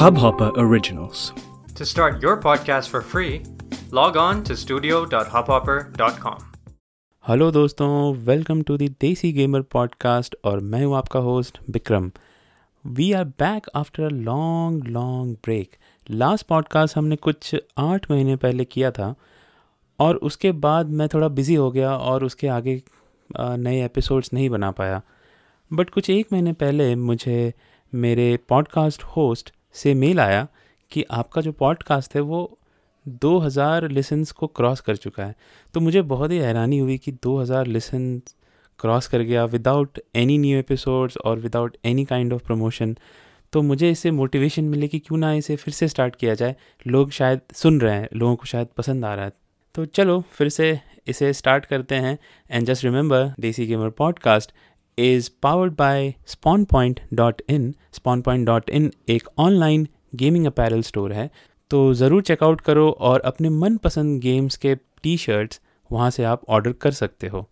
Hubhopper Originals. To start your podcast for free, log on to studio.hubhopper.com. Hello दोस्तों welcome to the Desi gamer podcast और मैं हूं आपका host Vikram we are back after a long long break last podcast हमने कुछ आठ महीने पहले किया था और उसके बाद मैं थोड़ा बिज़ी हो गया और उसके आगे अ, नए एपिसोड्स नहीं बना पाया बट कुछ एक महीने पहले मुझे मेरे पॉडकास्ट होस्ट से मेल आया कि आपका जो पॉडकास्ट है वो 2000 लिसन्स को क्रॉस कर चुका है तो मुझे बहुत ही हैरानी हुई कि 2000 लिसन क्रॉस कर गया विदाउट एनी न्यू एपिसोड्स और without any kind of promotion तो मुझे इससे मोटिवेशन मिले कि क्यों ना इसे फिर से स्टार्ट किया जाए लोग शायद सुन रहे हैं लोगों को शायद पसंद आ रहा है तो चलो फिर से इसे स्टार्ट करते हैं and just remember Desi gamer podcast is powered by spawn point dot in spawn point dot in एक ऑनलाइन गेमिंग अपैरल स्टोर है तो ज़रूर चेकआउट करो और अपने मनपसंद गेम्स के टी शर्ट्स वहाँ से आप ऑर्डर कर सकते हो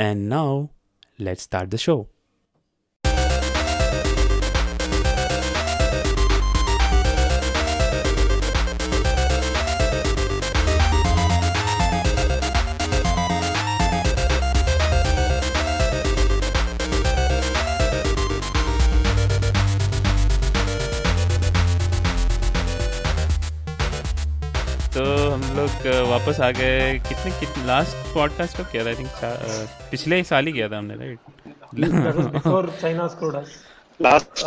and now let's start the show तो हम लोग अ, वापस आ गए कितने कितने लास्ट पॉडकास्ट कब किया था आई थिंक पिछले साल ही किया था हमने That was right before China screwed us. Last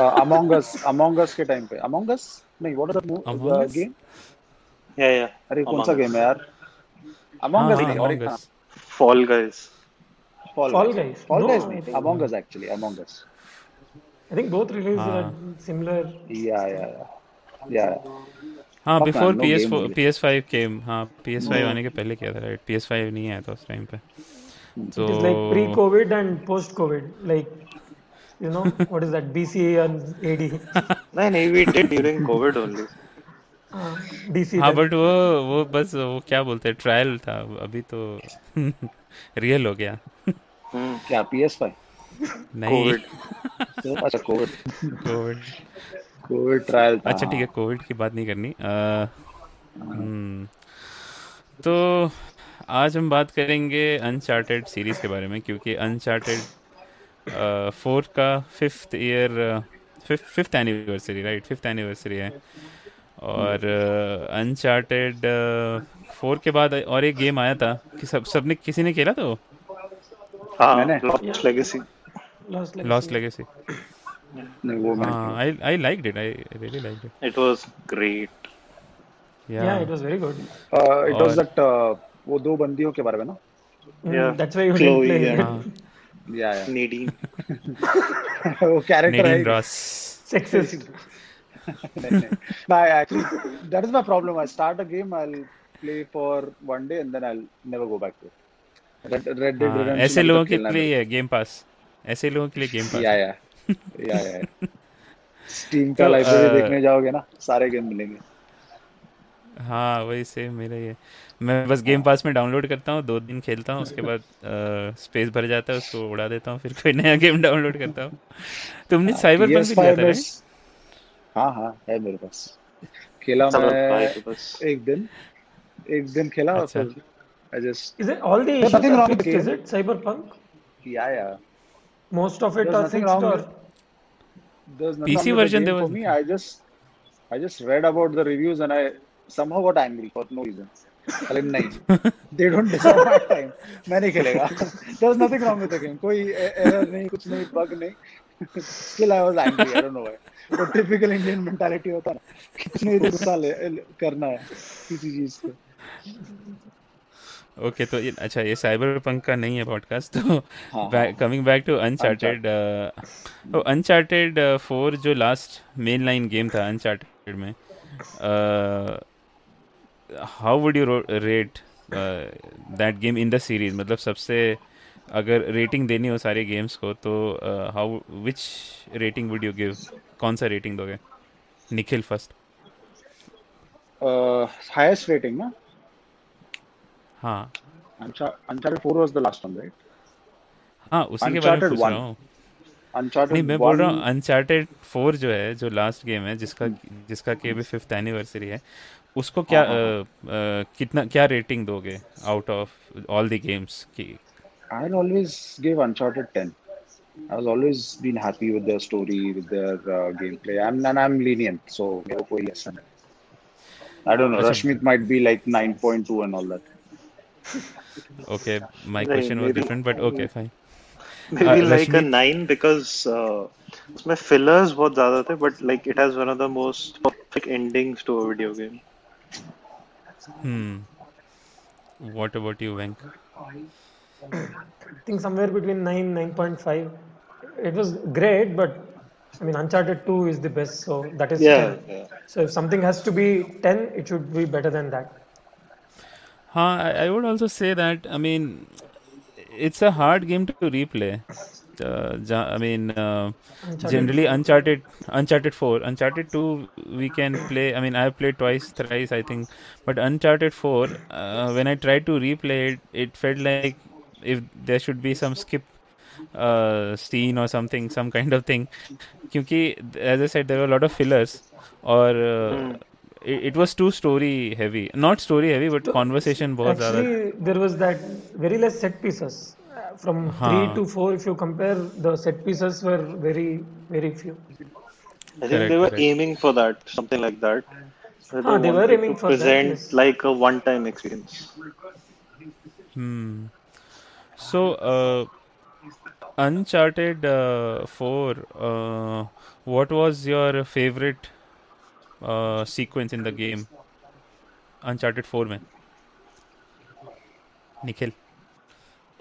among us among us के टाइम पे अमोंग अस नहीं what is Among the Us? Game या या अरे कौन Among सा Us. गेम है यार अमोंग अस नहीं हाँ, और एक हाँ, Among Us. Fall guys Fall Guys. Fall No, guys I नहीं think- among us actually among us I think both released Ah. at similar. Yeah yeah या हाँ Fuck before man, no P S game P S five came हाँ P S five आने के पहले किया था right P S five नहीं आया था उस टाइम पे तो Hmm, It's like pre-COVID and post-COVID. Like, you know, what is that? BCA and AD. नहीं नहीं we did during Covid only Uh, DC. हाँ then. बट वो वो बस वो क्या बोलते हैं ट्रायल था अभी तो रियल हो गया क्या PS5 नहीं कोविड तो अच्छा कोविड कोविड कोविड ट्रायल था अच्छा ठीक हाँ। है कोविड की बात नहीं करनी अ, हम्म, तो आज हम बात करेंगे अनचार्टेड सीरीज के बारे में क्योंकि अनचार्टेड फोर का fifth year fifth anniversary right fifth anniversary है और हम्म। अनचार्टेड फोर के बाद और एक गेम आया था कि सब सबने किसी ने खेला था वो हां Ah. मैंने? Lost legacy Lost like. Lost legacy नहीं वो मैं हाँ I I like it I really like it it was great Yeah, it was very good. Mm, it was और- दैट uh, वो दो बंदियों के बारे में ना Yeah. Mm, That's why you didn't Chloe play. and हाँ या या नीडी वो कैरेक्टर नेडिन है रॉस Sexist. नहीं actually that is my problem I start a game I will play for one day and then I never go back to red red हाँ, ऐसे लोगों तो के लिए है गेम पास ऐसे लोगों के लिए गेम पास या है। या या या स्टीम का तो, लाइब्रेरी अ, देखने जाओगे ना सारे गेम मिलेंगे हाँ वही सेम मेरा ही है मैं बस गेम पास में डाउनलोड करता हूँ दो दिन खेलता हूँ उसके बाद स्पेस भर जाता है उसको उड़ा देता हूँ फिर कोई नया गेम डाउनलोड करता हूँ तुमने साइबर भी PS5 लिया था में- right? हाँ हाँ है मेरे पास खेला चलो मैं भाई बस एक दिन एक दिन खेला और अच्छा। फिर I just Is it all the issues nothing are wrong with fixed? Is the game. it Cyberpunk? Yeah yeah Most of it There's are nothing fixed wrong or with- there's nothing PC wrong with the version, game there for was- me. I just I just read about the reviews and I somehow got angry for no reason. I like, नहीं, they don't deserve my time. मैं नहीं खेलेगा. There's nothing wrong with the game. कोई e- error नहीं, कुछ नहीं, bug नहीं. Still I was angry. I don't know why. वो typical Indian mentality होता है ना. कुछ नहीं तो गुस्सा ले ले- करना है किसी चीज पे. ओके तो ये अच्छा ये साइबर पंक का नहीं है पॉडकास्ट तो हाँ, coming back to uncharted uh, oh, uncharted four uh, जो लास्ट मेन लाइन गेम था अनचार्टेड में uh, how would you rate uh, that game in the series मतलब सबसे अगर रेटिंग देनी हो सारे गेम्स को तो how which rating would you give कौन सा रेटिंग दोगे Nikhil first Uh, highest rating ना. हाँ Unchar- Uncharted 4 was the last one, right? हाँ उसी के बारे में Uncharted पूछ रहा one. हूँ Uncharted नहीं मैं 1 बोल रहा हूँ अनचार्टेड फोर जो है जो लास्ट गेम है जिसका जिसका कि अभी फिफ्थ एनिवर्सरी है उसको क्या अ, अ, कितना क्या रेटिंग दोगे out of all the games की I'll always give Uncharted 10. I've always been happy with their story, with their uh, gameplay. I'm and I'm lenient, so मेरे को yes and- I don't know. Rashmit might be like 9.2 and all that. Okay my नहीं, question was मेरी- different but okay fine maybe Uh, like a Rashmi- nine because uh, उसमें fillers बहुत ज्यादा थे but like it has one of the most perfect endings to a video game. Hmm what about you वेंक I think somewhere between 9, 9.5. It was great, but I mean, Uncharted 2 is the best, so that is 10. yeah. So if something has to be 10, it should be better than that. हाँ I, I would also say that I mean it's a hard game to replay. Uh, ja- I mean, uh, generally Uncharted, Uncharted Four, Uncharted Two we can play. I mean, I have played twice, thrice I think, but Uncharted Four uh, when I tried to replay it, it felt like if there should be some skip uh, scene or something, some kind of thing. Because as I said, there were a lot of fillers, or uh, it, it was too story heavy. Not story heavy, but conversation बहुत ज़्यादा. Actually, there was that very less set pieces. Uh, From Huh. 3 to 4, if you compare, the set pieces were very, very few. I think Correct, they were correct. aiming for that, something like that. So Ah, they were wanted aiming to for that, present yes. like a one-time experience. Hmm. So, uh, Uncharted uh, Four. Uh, what was your favorite uh, sequence in the game? Uncharted Four में. Nikhil.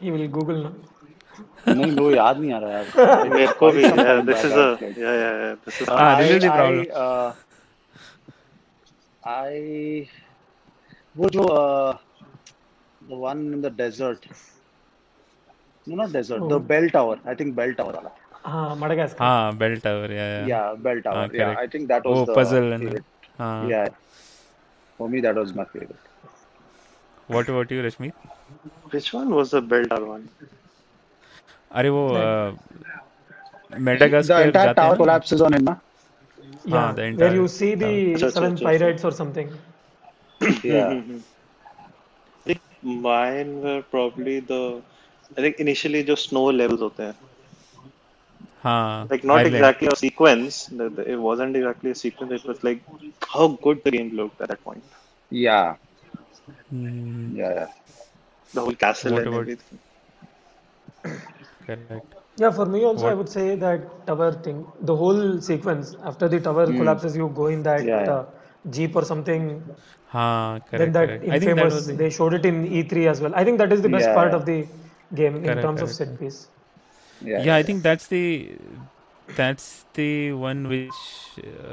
He will Google now. नहीं वो याद नहीं आ रहा यार मेरे को भी yeah, Something this like is a हाँ, that, like- yeah yeah yeah this is Ah, this is the I- problem. I, uh, I वो जो uh, the one in the desert no not desert the Oh. bell tower I think bell tower वाला Ah, Madagascar. हाँ, bell tower. Yeah, yeah. yeah bell Ah, tower yeah correct. I think that was Oh, the puzzle and ah. favorite. हाँ. yeah for me that was my favorite What about you, Rashmi? which one was the Beltar one? अरे वो the Madagascar entire जाते tower हैं ना? collapses on him na? yeah, the where entire you see the town. Sure, seven sure, sure, pirates or something. yeah I think mine were probably the I think initially जो snow levels होते हैं हाँ like not Ireland. exactly a sequence the- the- it wasn't exactly a sequence it was like how good the game looked at that point yeah Hmm, yeah yeah the whole castle What and about- everything correct. Yeah, for me also, I What- would say that tower thing, the whole sequence after the tower collapses, you go in that Yeah, yeah. uh, jeep or something. हाँ Then correct that correct. I think that infamous, was the- they showed it in E3 as well. I think that is the best Yeah, part yeah. of the game in Correct, terms of correct, set piece. yeah yeah i think that's the that's the one which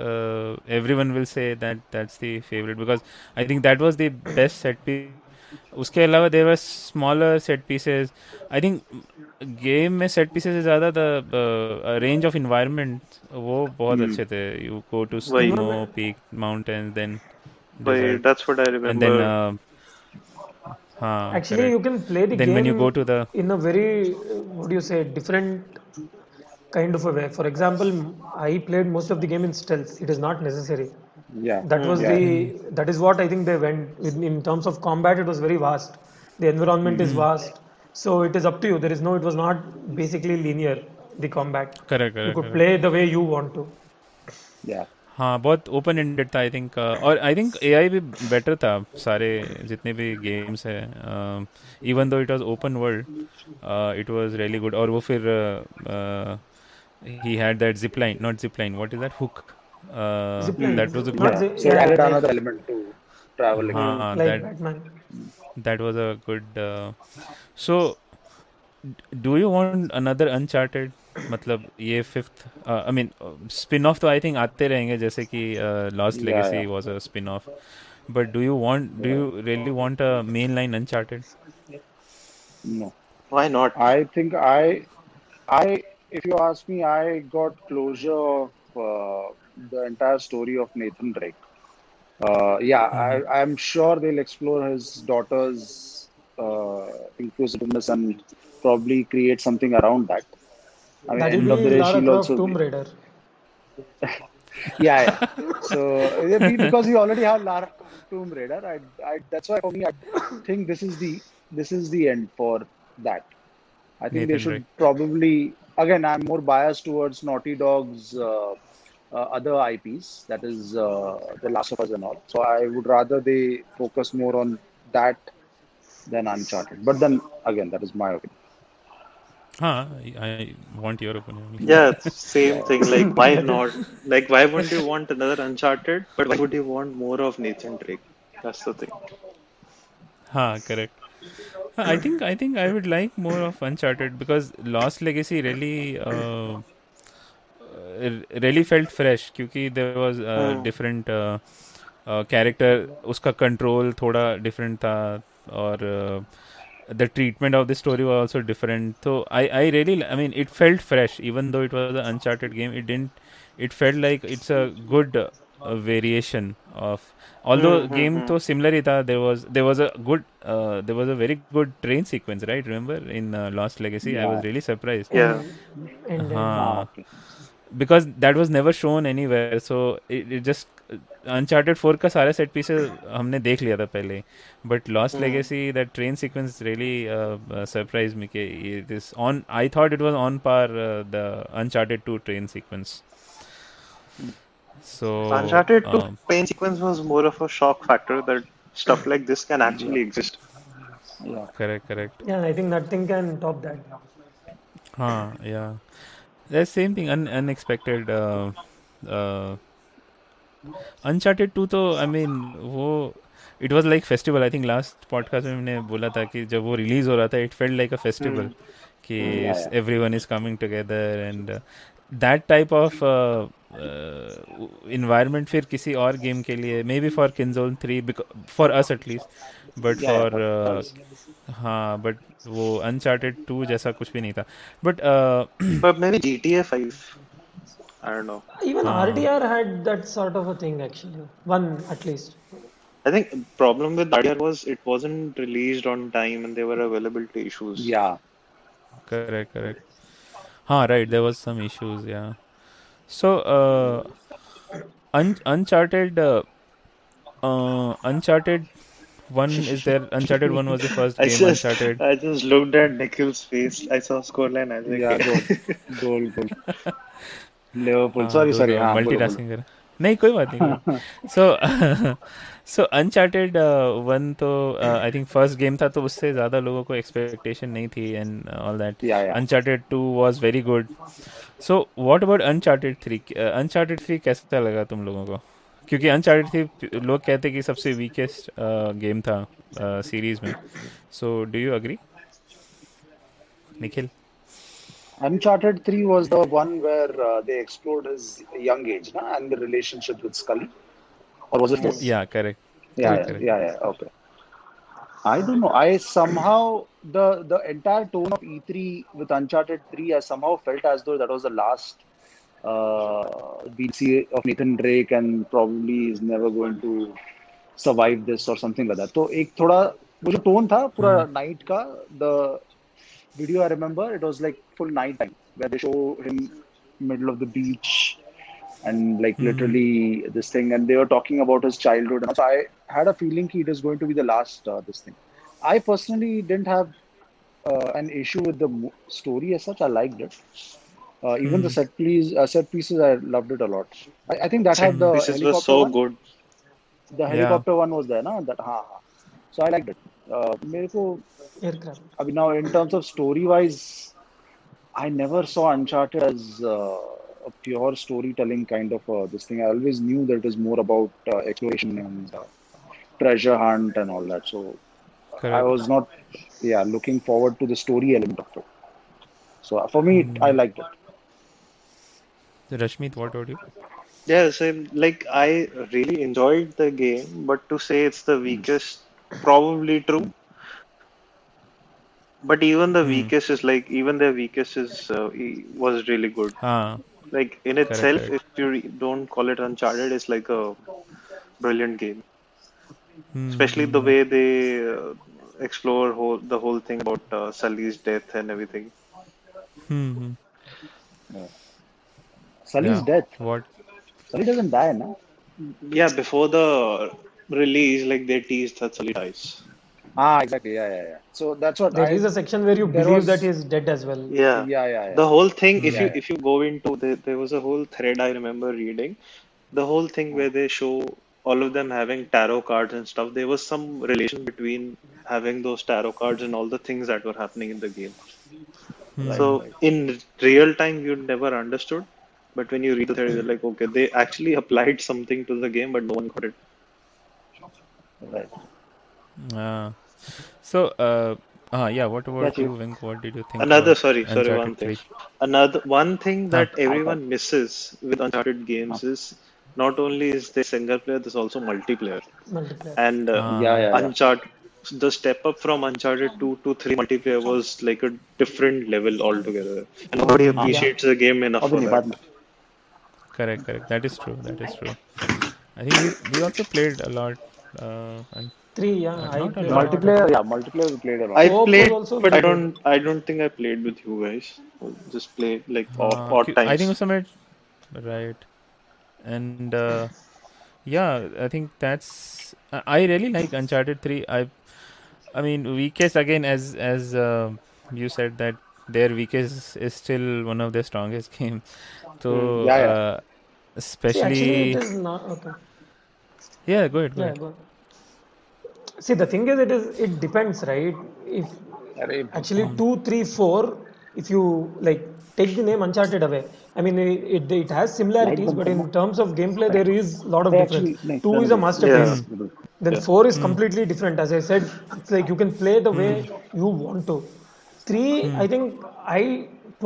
uh, everyone will say that that's the favorite because i think that was the best set piece उसके अलावा there were smaller set pieces I think game में set pieces से uh, ज़्यादा the range of environment वो बहुत अच्छे थे you go to वही। Snow peak mountain then but that's what I and remember then हाँ Actually, you can play the then game when you go to the in a very, uh, what do you say, different kind of a way. For example, I played most of the game in stealth. It is not necessary. Hmm, yeah That was the that is what I think they went in, in terms of combat. It was very vast. The environment is vast, so it is up to you. There is no. It was not basically linear. The combat correct you correct could play the way you want to. yeah हाँ बहुत open ended था I think और I think AI भी better था सारे जितने भी games हैं uh, even though it was open world it was really good और वो फिर uh, he had that zip line not zip line what is that hook uh, Zipline. That was a good Not zi- so it yeah, added like- another element to traveling हाँ हाँ like that Batman. that was a good uh, so d- do you want another uncharted मतलब ये uh, fifth I mean spin off तो I think आते रहेंगे जैसे कि uh, lost Yeah, legacy yeah. Was a spin off but do you want do you really want a main line Uncharted no why not I think I, I, if you ask me, I got closure of uh, the entire story of Nathan Drake. Uh, yeah, Mm-hmm. I, I'm sure they'll explore his daughter's uh, inclusiveness and probably create something around that. I mean, That end will of the be day, Lara she'll Croft also. Tomb Be, Raider. yeah, yeah. So yeah, be- because you already have Lara Croft Tomb Raider, I, I, that's why for me, I think this is the this is the end for that. I think they Nathan should Drake. probably again. I'm more biased towards Naughty Dog's uh, uh, other IPs, that is uh, The Last of Us and all. So I would rather they focus more on that than Uncharted. But then again, that is my opinion. Huh, I, I want your opinion. Yeah, it's same thing. Like, why not? Like, why wouldn't you want another Uncharted? But why would you want more of Nathan Drake? That's the thing. Huh, correct. Huh, I think I think I would like more of Uncharted because Lost Legacy really uh, r- really felt fresh क्योंकि there was a different uh, uh, character उसका control थोड़ा different था और uh, the treatment of the story was also different so I I really li- I mean it felt fresh even though it was an Uncharted game it didn't it felt like it's a good uh, uh, variation of although game to similar ही था there was there was a good uh, there was a very good train sequence right remember in uh, Lost Legacy I was really surprised Yeah. And then- हाँ. because that was never shown anywhere so it, it just uncharted 4 का सारे set pieces हमने देख लिया था पहले but lost Hmm. legacy that train sequence really uh, uh, surprised me कि it is on I thought it was on par uh, the uncharted 2 train sequence so Uncharted 2 um, pain sequence was more of a shock factor that stuff like this can actually exist. correct correct yeah, and I think nothing can top that. हाँ yeah the same thing un- unexpected uh, uh, uncharted 2 तो I mean वो it was like festival I think last podcast में मैंने बोला था कि जब वो रिलीज हो रहा था it felt like a festival कि everyone is coming together and that type of uh, environment फिर किसी और गेम के लिए may be for Killzone three for us at least but for uh, हाँ बट वो अनचार्टेड टू जैसा कुछ भी नहीं था uh, but But maybe GTA 5. I don't know. Even RDR had that sort of a thing actually. One at least. I think the problem with RDR was it wasn't released on time and there were availability issues. Yeah. correct correct हाँ right there was some issues yeah so uh, un- uncharted uh, uh, uncharted one is there uncharted one was the first I game just, uncharted I just looked at Nikhil's face. I saw scoreline. I was like, Yeah, "Okay." goal, goal, goal. Liverpool. हाँ, sorry, दो- sorry. दो, हाँ, बोलो, Ah, multitasking कर नहीं कोई बात नहीं सो सो अनचार्टेड वन तो आई थिंक फर्स्ट गेम था तो उससे ज़्यादा लोगों को एक्सपेक्टेशन नहीं थी and all that Yeah, yeah. Uncharted two was very good so what about Uncharted three Uncharted three Uh, कैसा लगा तुम लोगों को क्योंकि अनचार्टेड थ्री लोग कहते कि सबसे वीकेस्ट गेम था सीरीज में so do you agree Nikhil बोलो. Uncharted 3 was the one where uh, they explored his young age na? and the relationship with Scully. Or was it this? या correct yeah, Correct, yeah, correct. yeah, yeah, okay. I don't know. I somehow the the entire tone of E3 with Uncharted 3, I somehow felt as though that was the last uh, we'd see of Nathan Drake and probably is never going to survive this or something like that. तो एक थोड़ा वो जो tone था पूरा night का the video I remember it was like full night time where they show him middle of the beach and like Hmm. literally this thing and they were talking about his childhood and so i had a feeling he is going to be the last uh, this thing i personally didn't have uh, an issue with the mo- story as such i liked it uh, even Hmm. the set piece, uh, set pieces i loved it a lot i, I think that had the Pieces were helicopter so one. good. the helicopter one was there na that ha ha so i liked it uh, मेरे को Aircraft. I mean, now in terms of story wise, I never saw Uncharted as uh, a pure storytelling kind of uh, this thing. I always knew that it was more about uh, exploration and uh, treasure hunt and all that. So I Correct. was not, yeah, looking forward to the story element of it. So uh, for me, it- I Hmm. liked it. Rashmit what about you Yeah, same. Like, I really enjoyed the game, but to say it's Hmm. the weakest, probably true. But even Hmm. the weakest is like, even their weakest is uh, e- was really good. हाँ Like in itself, correct. if you re- don't call it Uncharted, it's like a brilliant game. Hmm. Hmm. Especially the way they uh, explore whole the whole thing about uh, Sully's death and everything. Hmm Sully's Hmm, Yeah. death. What? Sully doesn't die, na? Yeah, before the release, like they teased that Sully dies. Ah, exactly. Yeah, yeah, yeah. So that's what There I, is a section where you there believe was- that he is dead as well. Yeah. Yeah, yeah, yeah. The whole thing, if you Yeah. if you go into the, there was a whole thread I remember reading, the whole thing where they show all of them having tarot cards and stuff. There was some relation between having those tarot cards and all the things that were happening in the game. So in real time, you never understood, but when you read the thread, you're like, okay, they actually applied something to the game, but no one got it. Right. Ah. so, uh, ah, yeah. What about That's you, Vink? What did you think? Another about sorry, sorry, Uncharted one thing. 3? Another one thing that Huh. everyone misses with Uncharted games is not only is there single player, there's also multiplayer. Multiplayer. And Ah, uh, Yeah, yeah, yeah. Uncharted, the step up from Uncharted 2 to 3 multiplayer was like a different level altogether. And nobody appreciates the game enough Ab for nahi, that. baad mein. Correct, correct. That is true. That is true. I think we, we also played a lot. Uh, and Three, yeah. I not a played lot. a lot. Multiplayer, yeah, multiplayer we played around. I Coop was played, also but I very good. don't. I don't think I played with you guys. Just play like odd, uh, odd Q- times. I think Summit. Right. And uh, yeah, I think that's. I- I really like Uncharted Three. I, I mean, weakest again as as uh, you said that their weakest is still one of their strongest games. Hmm, So yeah, yeah. Uh, See, actually, especially it is not. Okay. yeah, go ahead, go Yeah, ahead. go on. See, the thing is, it is it depends, right? If Arey, actually two, three, four, if you like take the name Uncharted away, I mean, it it, it has similarities, but in terms of gameplay, there is a lot of they difference. actually- Two is a masterpiece. Yeah. Mm. Then four is completely different. As I said, it's like you can play the way you want to. Three, Mm. I think I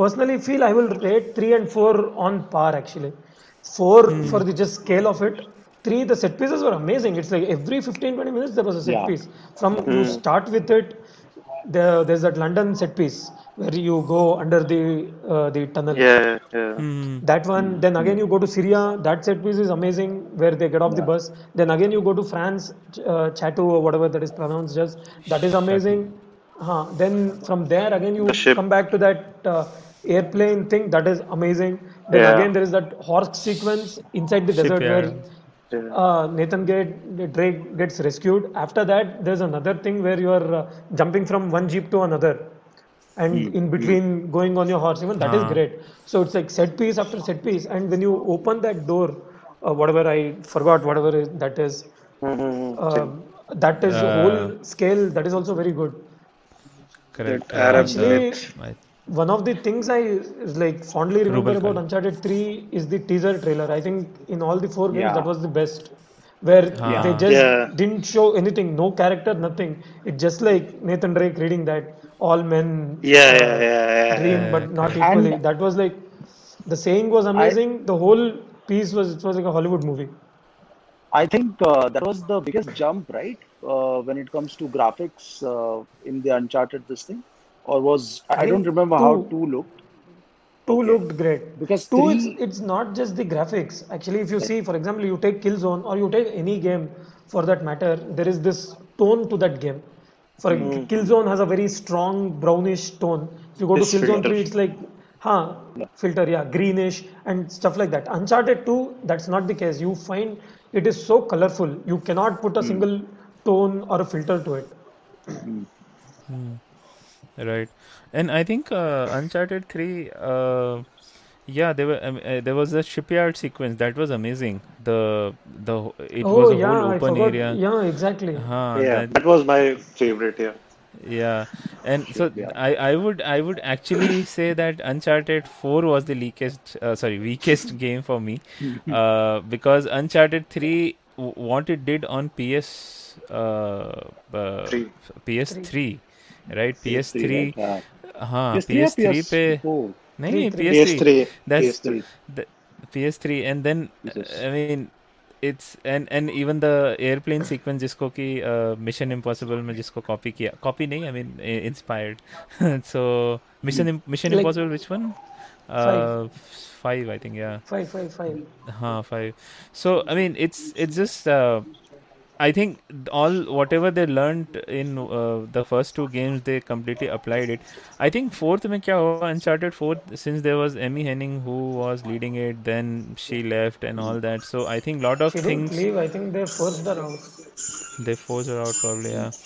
personally feel I will rate three and four on par actually. Four Mm. for the just scale of it. Three, the set pieces were amazing. It's like every 15 20 minutes there was a set Yeah. Mm. piece. From you start with it, there, there's that London set piece where you go under the uh, the tunnel Yeah, yeah. Hmm. that one then again you go to syria that set piece is amazing where they get off the bus then again you go to france Ch- uh, chateau or whatever that is pronounced as that is amazing huh. then from there again you The ship. come back to that uh, airplane thing that is amazing then Yeah. again there is that horse sequence inside the desert where uh, Nathan get, Drake gets rescued. After that, there's another thing where you are uh, jumping from one jeep to another, and in between going on your horse. Even that is great. So it's like set piece after set piece, and when you open that door, uh, whatever I forgot, whatever is, that is, uh, that is the whole scale. That is also very good. Correct. Arab Actually, I, one of the things I like fondly remember Rubel about Khan. Uncharted 3 is the teaser trailer. I think in all the four games Yeah. that was the best, where they just Yeah. didn't show anything, no character, nothing. It's just like Nathan Drake reading that all men Yeah, yeah, yeah, yeah. dream, but not equally. And- that was like the saying was amazing. the whole piece was it was like a Hollywood movie. I think uh, that was the biggest jump, right? Uh, when it comes to graphics uh, in the Uncharted, this thing, or was I, I don't think remember how two. two looked Two looked great because two three, it's, it's not just the graphics actually if you see for example you take killzone or you take any game for that matter there is this tone to that game for killzone has a very strong brownish tone if you go This to killzone filter. 3 it's like huh filter yeah greenish and stuff like that uncharted 2 that's not the case you find it is so colorful you cannot put a single tone or a filter to it Right, and I think uh, Uncharted Three. Uh, yeah, there were um, uh, there was a shipyard sequence that was amazing. The the it was oh a yeah whole i open forgot area. Uh-huh. yeah exactly Huh, yeah, that- that was my favorite. Yeah, yeah. and so I, I would I would actually say that Uncharted Four was the leakest uh, sorry weakest game for me, uh, because Uncharted Three w- what it did on PS uh, uh, Three. PS Three, right? PS three, Three, Uh, right, हाँ PS3 या PS3 पे PS4? नहीं नहीं PS3 PS3. that's PS3. the PS3 and then Jesus. I mean it's and and even the airplane sequence जिसको कि mission impossible में जिसको copy किया कॉपी नहीं I mean inspired so mission mission Like- impossible which one Uh, Five. Five I think या five five five हाँ five so i mean it's it's just uh, I think all whatever they learned in uh, the first two games, they completely applied it. I think fourth में क्या हुआ Uncharted fourth since there was Emmy Henning who was leading it, then she left and all that. So I think lot of She didn't things leave. I think they forced her out. they forced her out probably. Yeah.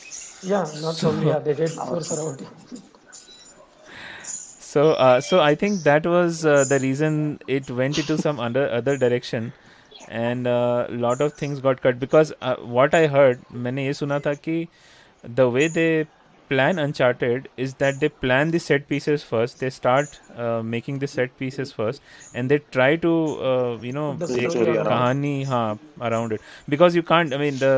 Yeah, not probably. Yeah, they uh, did force her out. So uh, so I think that was uh, the reason it went into some under other direction. And a lot of things got cut because uh, what I heard, मैंने ये सुना था कि the way they plan Uncharted is that they plan the set pieces first. They start uh, making the set pieces first, and they try to uh, you know The एक story around. कहानी हाँ around it because you can't. I mean the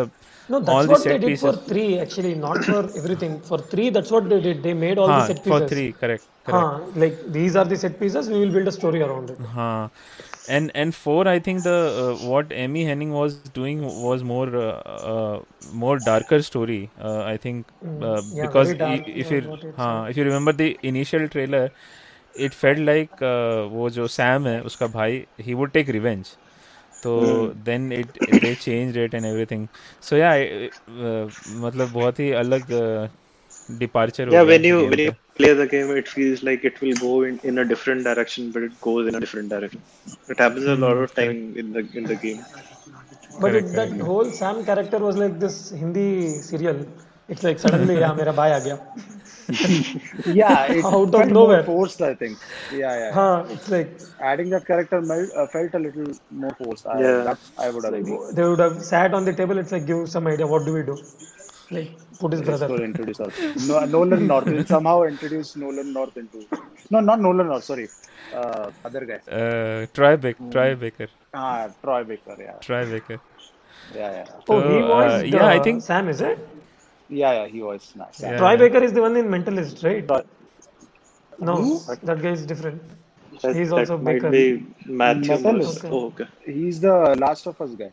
No, that's all the what they set did for pieces. three actually, not for everything. For three, that's what they did. They made all हाँ, the set for pieces. three correct correct. Huh, like these are the set pieces. We will build a story around it. हाँ and and four I think the uh, what Emmy Henning was doing was more uh, uh, more darker story uh, I think uh, Mm, yeah, because very dark, i- if yeah, you what it's हाँ if you remember the initial trailer it felt like uh, वो जो Sam है उसका भाई he would take revenge तो Hmm. then it they changed it and everything so yeah I- uh, मतलब बहुत ही अलग uh, departure हो गया yeah when you game when का। you play the game it feels like it will go in, in a different direction but it goes in a different direction it happens a lot of time in the in the game But it, that whole Sam character was like this Hindi serial. It's like suddenly, yeah, मेरा भाई आ गया. Yeah, it Out of felt more nowhere. forced, I think. Yeah, yeah. Huh, it's like Adding that character mel- uh, felt a little more forced. I, Yeah. that I would agree. they would have sat on the table. It's like give some idea. What do we do? Like put his So brother. introduce us. No, Nolan North They somehow introduced Nolan North into. No, not Nolan North. Sorry, uh, other guy. uh, try Baker try Baker Ah, Troy Baker. Yeah, try Baker yeah, yeah. Oh, he So, was. uh, yeah, I the think- Sam is it. Yeah, yeah. He was nice. Yeah. Troy Baker is the one in Mentalist, right? Troy. No, that guy is different. that, He's that also might Baker. be Matthew Masala. Mus- Okay. oh, okay He's the Last of Us guy.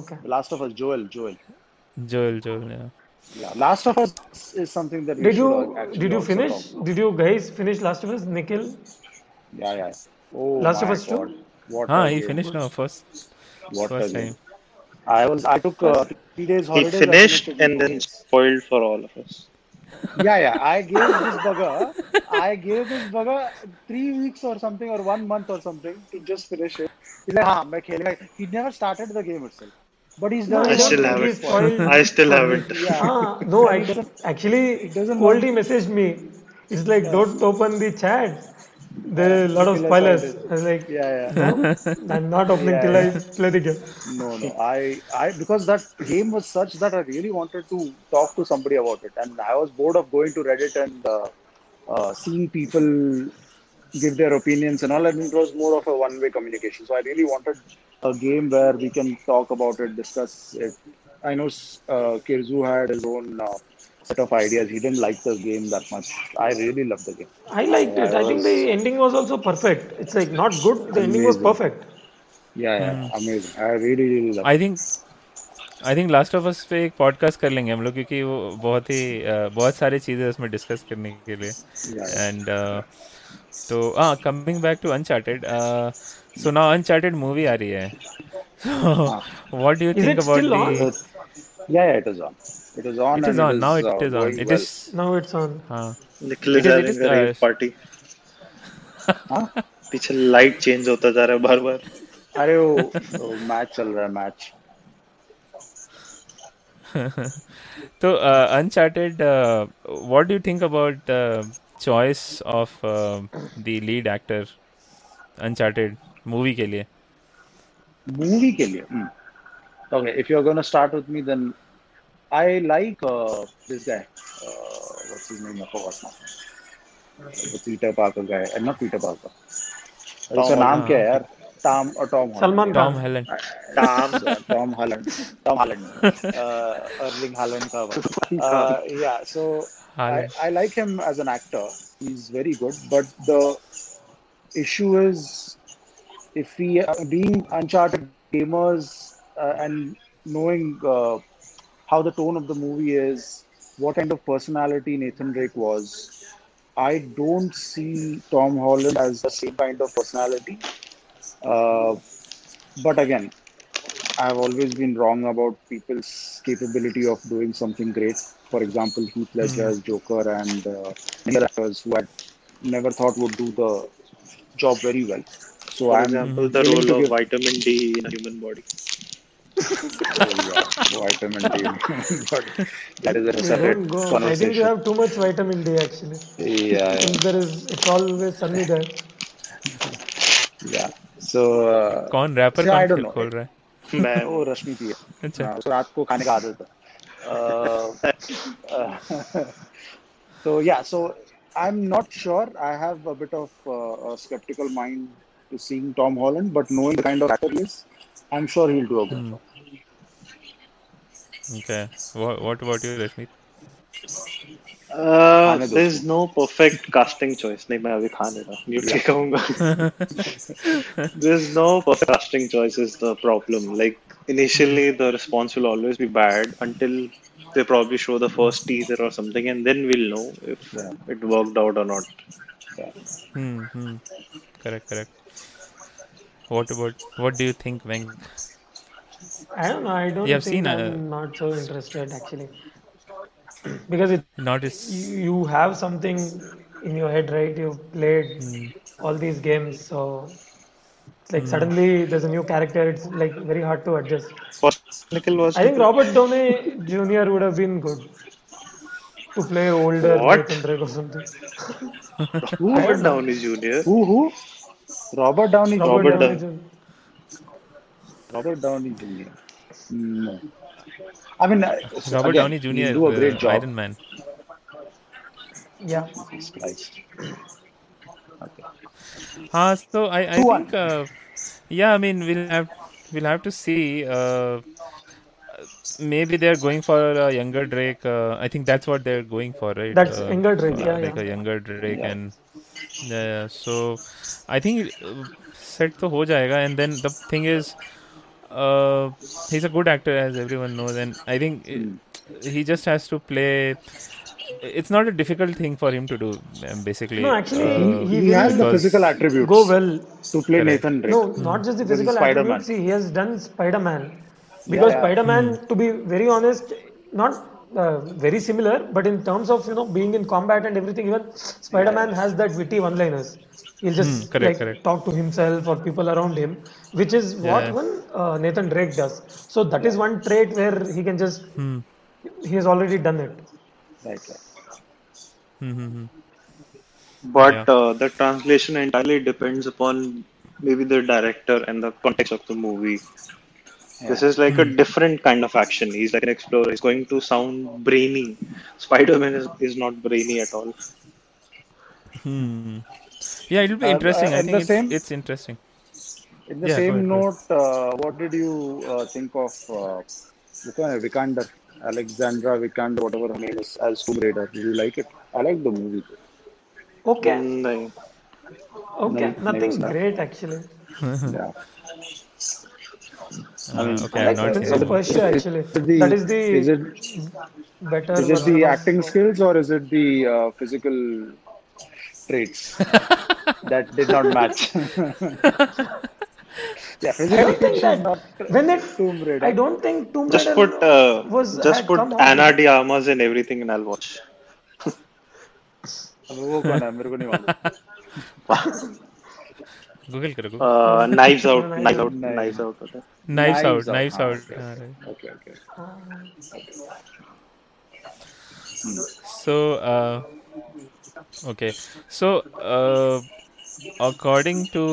Okay. Last of Us, Joel, Joel. Joel Joel yeah Yeah, Last of Us is something that we Did should you actually did you also finish? talk. Did you guys finish Last of Us? Nikhil? Yeah, yeah. Oh, Last of my Us two? God. What Ah, a he game. finished now first What a first game. time. I was. I took uh, three days he holidays. I finished finished it in and two then days. spoiled for all of us yeah, yeah. I gave this bugger. I gave this bugger three weeks or something or one month or something to just finish it. He's like, "हाँ, मैं खेलेगा." He never started the game itself, but he's never. I I don't still think have he it spoiled I still have it Yeah. Ah, no, I actually It doesn't Goldie messaged me. It's like don't open the chat. There are a lot of Till I spoilers. find I was like, Yeah, yeah. no, I'm not opening Yeah, till yeah. I play the game. No, no. I, I, because that game was such that I really wanted to talk to somebody about it, and I was bored of going to Reddit and uh, uh, seeing people give their opinions and all. And it was more of a one-way communication. So I really wanted a game where we can talk about it, discuss it. I know uh, Kirzu had his own uh, set of ideas. He didn't like the game that much. I really loved the game. I liked it. I think the ending was also perfect. It's like not good. The ending was Amazing. perfect. Yeah, yeah, amazing. Hmm. I really, really loved. I think I think last of अस पे एक podcast कर लेंगे हम लोग क्योंकि वो बहुत ही अ, बहुत सारी चीज़ें उसमें डिस्कस करने के लिए एंड तो हाँ coming back to Uncharted so now Uncharted movie आ रही है what do you Is think it still on? About Yeah, yeah, it is on. It is on. It and is on now uh, it is going on it well. Is Now it's on. हाँ Nikhil It is is- it having is, a uh, rave party पीछे light change होता जा रहा है बार बार अरे वो, वो match चल रहा है मैच तो uh, Uncharted what do you think about choice of the lead actor Uncharted movie के लिए मूवी के लिए hmm. Okay if you are gonna start with me then I like this guy what's his name I forgot now Peter Parker guy and not Peter Parker उसका नाम क्या है यार uh, Tom और टॉम Salman टॉम हाँ. Khan. Helen Tom Tom Holland Tom Holland Erling Holland Uh, का Uh, या so I, Haaland. I like him as an actor. He's very good, but the issue is if we uh, being uncharted gamers uh, and knowing uh, how the tone of the movie is, what kind of personality Nathan Drake was, I don't see Tom Holland as the same kind of personality. Uh, but again, I've always been wrong about people's capability of doing something great. For example, Heath Ledger Mm-hmm. as Joker and uh, many actors who I never thought would do the job very well. So For I'm example, the willing role to of give- vitamin D in a human body. Yeah, vitamin D. But that is a You don't Oh, separate go. I think you conversation. have too much vitamin D actually. Yeah, yeah, Since there is, it's always sunny there. yeah. So uh, oh, कौन rapper Yeah, I कौन don't फिर know. खोल रहा है मैं वो रश्मि की है अच्छा। हाँ, उसको रात को खाने का आदत है तो या so I am not sure I have a bit of skeptical mind to seeing Tom Holland but knowing the kind of actor he is I am sure he will do a Hmm. Good job Okay. What, what about you, Rashmi? Uh, खाने दो there's no perfect casting choice. नहीं मैं अभी खा ले रहा हूँ nutri कहूँगा there's no perfect casting choice is the problem like initially the response will always be bad until they probably show the first teaser or something and then we'll know if it worked out or not Hmm. hmm. Correct. Correct. What about what do you think, Veng? I don't know. I don't You have think seen, I'm uh, not so interested actually. Because it, Not his. you you have something in your head, right? You've played Hmm. all these games, so it's like suddenly there's a new character. It's like very hard to adjust. first nickel was I think Robert Downey Jr. would have been good to play older What? Nathan Drake or something. Robert Downey Jr. Who who Robert Downey Robert, Robert Downey Downey. Jr. Robert Downey junior No. I mean, uh, Robert again, Downey Jr. he'll do a uh, great job. Iron Man. Yeah. Christ. Huh, Ah, so I, I Two one. think uh, yeah I mean we'll have we'll have to see uh, maybe they're going for a younger Drake uh, I think that's what they're going for right That's uh, younger Drake, uh, yeah, like yeah. a younger Drake and yeah, yeah so I think uh, set to ho jayega and then the thing is uh, he's a good actor as everyone knows and I think uh, Hmm. he just has to play it's not a difficult thing for him to do um, basically No, actually, uh, he, He has the because- physical attributes go well. to play Nathan Drake. No, not just the physical Spider-Man. attributes. See, he has done Spider-Man because Spider-Man, Hmm. to be very honest, not uh, very similar, but in terms of you know being in combat and everything, even Spider-Man has that witty one-liners. He'll just Hmm, correct, like correct. talk to himself or people around him, which is what Yeah. even uh, Nathan Drake does. So that is one trait where he can just Hmm. he has already done it. Right, right. mm-hmm, but uh, the translation entirely depends upon maybe the director and the context of the movie this is like a different kind of action he's like an explorer he's going to sound brainy spider-man is, is not brainy at all Hmm. Yeah, it'll be Uh, interesting. uh, I and think the it's, same- it's interesting. In the Yeah, go same ahead, go note, uh, what did you uh, think of uh, Vikander, Vikander, Alexandra Vikander, whatever her name is, as Tomb Raider? Did you like it? I like the movie. Okay, Hmm. okay, Mm, No, nothing it's not. great actually. Mm-hmm. yeah. Uh, okay, I'm I not like that. Prince here. of Persia actually. Is it the- that is the is it better. is it version the of- acting skills or is it the uh, physical traits that did not match? yeah, I physical don't think traits is that not when it Tomb Raider. I don't think Tomb just Raider put uh, was just had put come out. Anna de Armas and everything and I'll watch वो कौन है मेरे को नहीं मालूम Google करो. Google. uh, knives out Hmm. Knives knives out Uh, knives, out, knives out okay. Out. Knives knives Out, ah, out. okay. Ah, right. okay okay So, uh, okay. So, uh, according to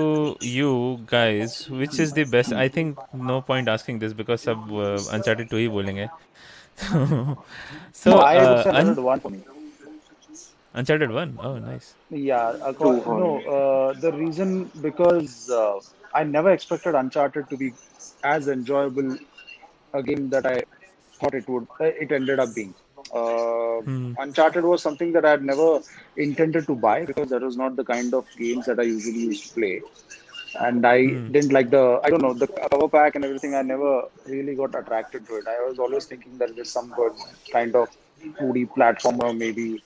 you guys, which is the best? I think no point asking this because सब uh, Uncharted 2 ही बोलेंगे. so, no, I uh, would say un- another one for me. Uncharted 1. Oh, nice. Yeah, acco- no. Uh, the reason because uh, I never expected Uncharted to be as enjoyable a game that I thought it would. uh, It ended up being. Uh, Uncharted was something that I had never intended to buy because that was not the kind of games that I usually used to play, and I didn't like the. I don't know the cover pack and everything. I never really got attracted to it. I was always thinking that there's some good kind of 2D platformer maybe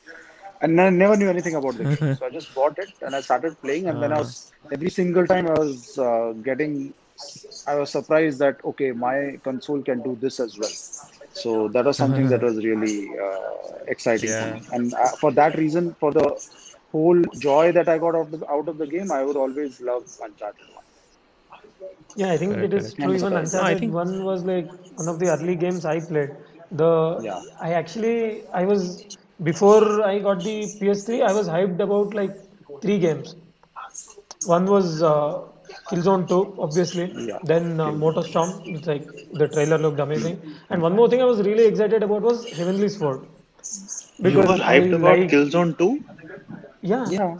and I never knew anything about the game. so I just bought it and I started playing, and then I was every single time I was uh, getting I was surprised that okay, my console can do this as well. So that was something that was really uh, exciting for Yeah. me. And uh, for that reason, for the whole joy that I got out of the, out of the game, I would always love Uncharted One. Yeah, I think it is true. Even Unsurprised. No, I Uncharted think- One was like one of the early games I played. The Yeah. I actually I was before I got the PS3, I was hyped about like three games. One was uh, Killzone 2, obviously. Yeah. Then uh, Motor Storm, it's like the trailer looked amazing. And one more thing I was really excited about was Heavenly Sword. You were hyped I about like- Killzone 2? Yeah, Yeah.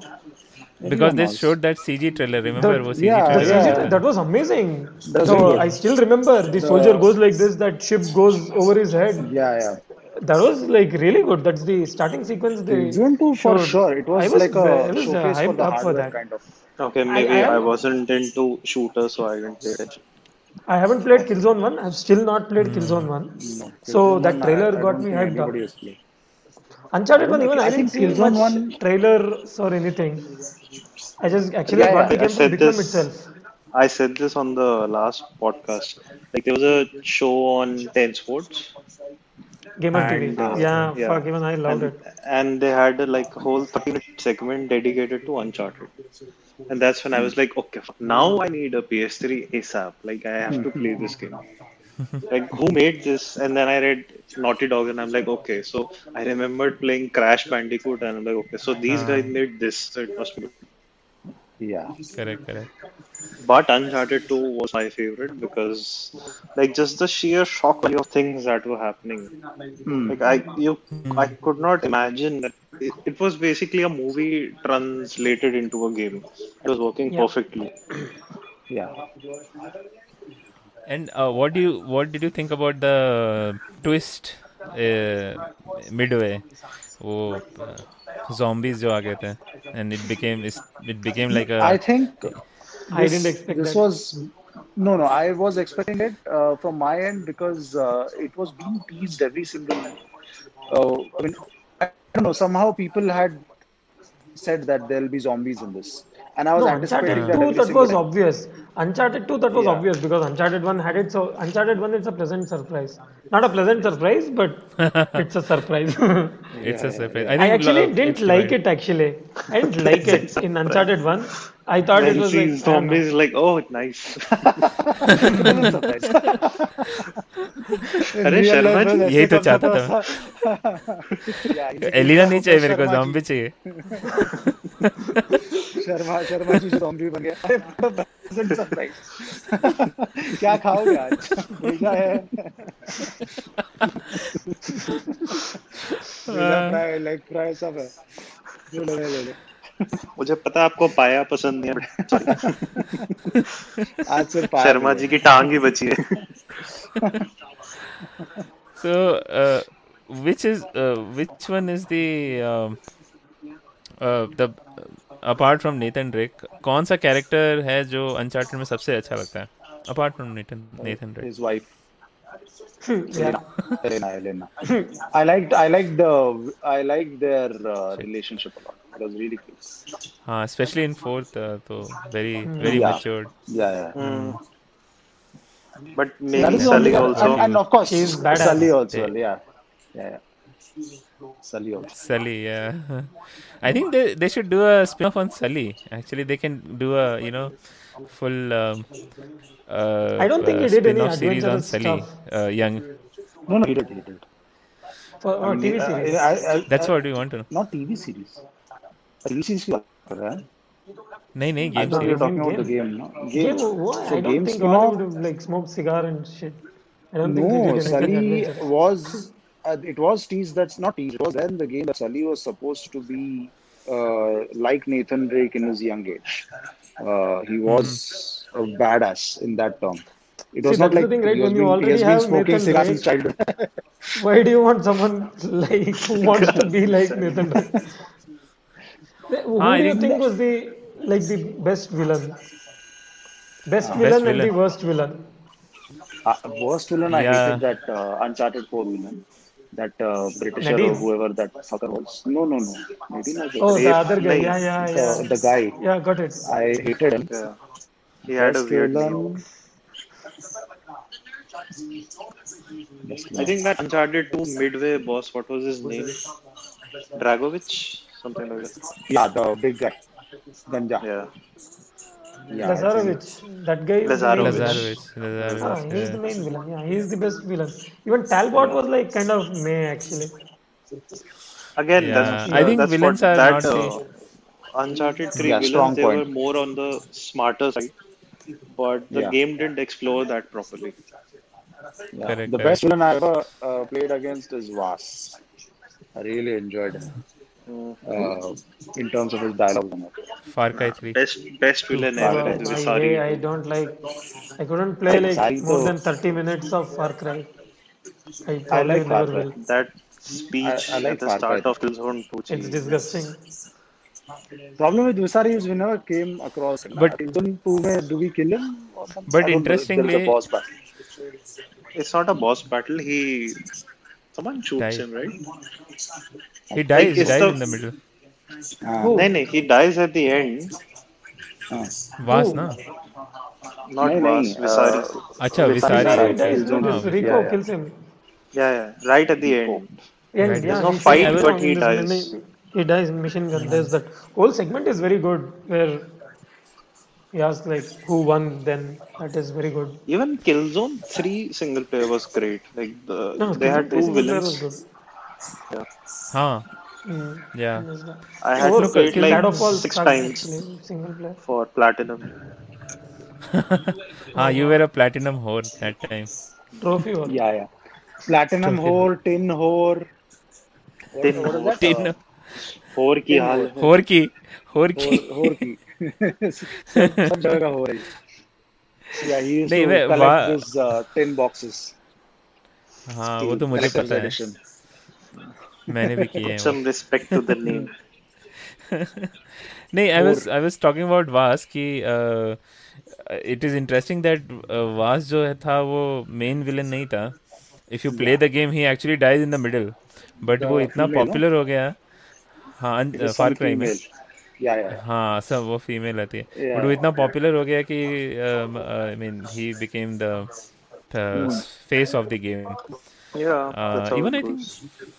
because they Everyone showed that CG trailer. Remember वो CG yeah, The trailer? yeah. CG tra- that was amazing. That's So, really good. I still remember the soldier goes like this, that ship goes over his head. was. Yeah, yeah. That was like really good. That's the starting sequence. They Zone 2 for showed. sure. It was, I like ve- a I was, uh, showcase for hyped the up for hardware that. kind of. Okay, maybe am- I, wasn't into shooters, so I didn't pay attention. I haven't played Killzone one. I've still not played Hmm. Killzone one. So that trailer got me hyped up. up. Uncharted one even I, I didn't think see Killzone much one- trailers or anything. I just actually Yeah, got yeah, the I game from said Bikram this. itself. I said this on the last podcast. Like there was a show on Ten Sports, Gamer And, TV. uh, yeah, yeah. fuck, even I loved and, it. and they had a, like whole 30 minute segment dedicated to Uncharted. And that's when I was like, okay, fuck, now I need a PS3 ASAP. Like I have to play this game. like who made this? And then I read Naughty Dog, and I'm like, okay. So I remembered playing Crash Bandicoot, and I'm like, okay, so these guys made this, so it must be. Yeah. Correct, correct. But Uncharted 2 was my favorite because, like, just the sheer shock value of things that were happening. Hmm. Like, I you I could not imagine that it, it was basically a movie translated into a game. It was working perfectly. Yeah. And uh, what do you what did you think about the twist uh, midway? वो uh, zombies जो आ गए थे and it became it became like uh, a I think I didn't expect this that. was no no i was expecting it uh, from my end because uh, it was being teased every single uh, i mean i don't know somehow people had said that there'll be zombies in this and i was No, anticipating Uncharted that 2 every that single was time. obvious. Uncharted 2 that was Yeah. obvious because Uncharted 1 had it. So Uncharted 1 is a pleasant surprise. Not a pleasant surprise, but it's a surprise. it's a surprise. I think actually lo- didn't it's like right. it actually. I didn't like it in Uncharted 1. I thought it Then was seeing like I don't know. zombies, like, oh, nice. In अरे real Sharma life जी, ऐसे यही तो करता चाहता था था। Yeah, इनसे Elina पूछा नहीं होगा चाहिए मेरे को शर्मा zombie चाहिए जी- शर्मा शर्मा जी zombie बन गया अरे, मतलब what a pleasant surprise. क्या खाओगे आज भेजा है भेजा फ्राई लेग फ्राई सब है ले लो, ले लो, ले लो। मुझे पता है आपको पाया पसंद नहीं है आज से पाया शर्मा जी की टांग ही बची है So, uh, which is uh, which one is the um, uh, the apart from Nathan Drake, कौन सा character है जो Uncharted में सबसे अच्छा लगता है? Apart from Nathan Nathan Drake. his wife Yeah. Elena, Elena. I liked, I liked the, I liked their uh, relationship a lot. It was really cool. हाँ, especially in fourth, uh, तो very Hmm. very Yeah. matured. Yeah, yeah. But That making is the only- selling and, and also of course, She's badass. Sully also. Yeah, yeah, yeah. Sully also. Sully, yeah. I think they they should do a spin-off on Sully. Actually, they can do a you know full. Um, uh, I don't think uh, he did any spin-off series on adventurous Sully. Uh, young. No, no, he did, he did. For or TV series. I, I, I, That's what we want to know. not TV series. A TV series. you are, huh? नहीं नहीं I game thought you series. were talking about the game. No? Game. Game, why? So I don't games think spin all off. would have like smoked cigar and shit. I don't think they No, did anything. Sully adventurous. was. Uh, it was teased. That's not teased. It was then the game that Sully was supposed to be uh, like Nathan Drake in his young age. Uh, he Hmm. was a badass in that term. It was See, not that's the like thing, right? he When has you been, he already has been have smoking Nathan cigars Drake- since childhood. Why do you want someone like who wants to be like Nathan Drake? Who Ah, I do you think- think was the like the best villain? Best villain and the Ah, villain. worst villain. Uh, worst villain, I Yeah. hated that uh, Uncharted 4 villain. That uh, Britisher or Nadeem. whoever that fucker was. No, no, no. Nadine was uh, Oh, the Rape other guy. Lane. Yeah, yeah, the, yeah. the guy. Ah, Yeah, got it. I hated him. he had a Best weird villain. name. I think that Uncharted 2 midway boss, what was his name? Dragovich? Something like that. Yeah, the big guy. Ganja. Yeah. Yeah, I think- Lazarovic, that guy. is the main Lazarovic. villain. Lazarus. Lazarus. uh, Ah, he's the yeah. main villain. Yeah, he's the best villain. Even Talbot was like kind of meh actually. Again, Yeah. that's, I think that's villains what, are that, not uh, Uncharted 3 Yeah, villains, strong they point. were more on the smarter side, but the Yeah. game didn't explore that properly. Yeah. Correct, the correct. best villain I ever uh, played against is Vas. I really enjoyed him Mm-hmm. uh, in terms of his dialogue. and all. Far Cry 3. Best best villain ever Oh, is my Visari. way, I don't like. I couldn't play like Sorry, more though. than 30 minutes of Far Cry. I probably like Far never Cry. will. That speech I- I like at the Far Cry. start of Killzone 2. It's geez. disgusting. Problem with Usari is we never came across. him. But- I don't know where do we kill him? or something? But I don't know. There's a interestingly- boss battle. It's not a boss battle. He someone shoots Died. him, right? He dies, he it's dies the- in the middle. Ah, No, no, he dies at the end. ah. Vas, na? Not No, no, Vas, uh, Visari. Acha, Visari. Visari He dies, Killzone. notice Yeah, Rico yeah. kills him. yeah, yeah, right at the end. Yeah, Right, yeah, there's no he fight, says but in he this dies. mini- He dies in machine gun. There's that whole segment is very good where he asks like who won. Then that is very good. Even Killzone 3 single player was great. Like the, No, they had two Killzone Prisoner villains. was Huh. good. Mm. Yeah. I had Oh, to look, play it Killzone God like of War six starts times actually, Single player. for platinum. Ah, you were a platinum whore that time. Trophy war. Yeah, yeah. Platinum whore, tin whore. What, Tin what is that? Tin Uh, Four ki hal. hai. whore ki. Whore ki. whore, whore ki. some, some jagah whore. is. Yeah, he used नहीं, to way- collect वा- these uh, tin boxes. हाँ वो तो मुझे collector's पता है edition. मैंने भी किए हैं वो। Some respect to the name. नहीं I was I was talking about was कि uh, it is interesting that was uh, जो है था वो मेन विलन नहीं था if you play the game he actually dies in the middle but वो The इतना female, no? पॉपुलर हो गया हाँ It is far some cry में female. Yeah, yeah. हाँ सब वो फीमेल आती है Yeah. बट वो इतना पॉपुलर हो गया कि um, I mean he became the Hmm. Face of the game Yeah, that's how Uh, even it I think- goes.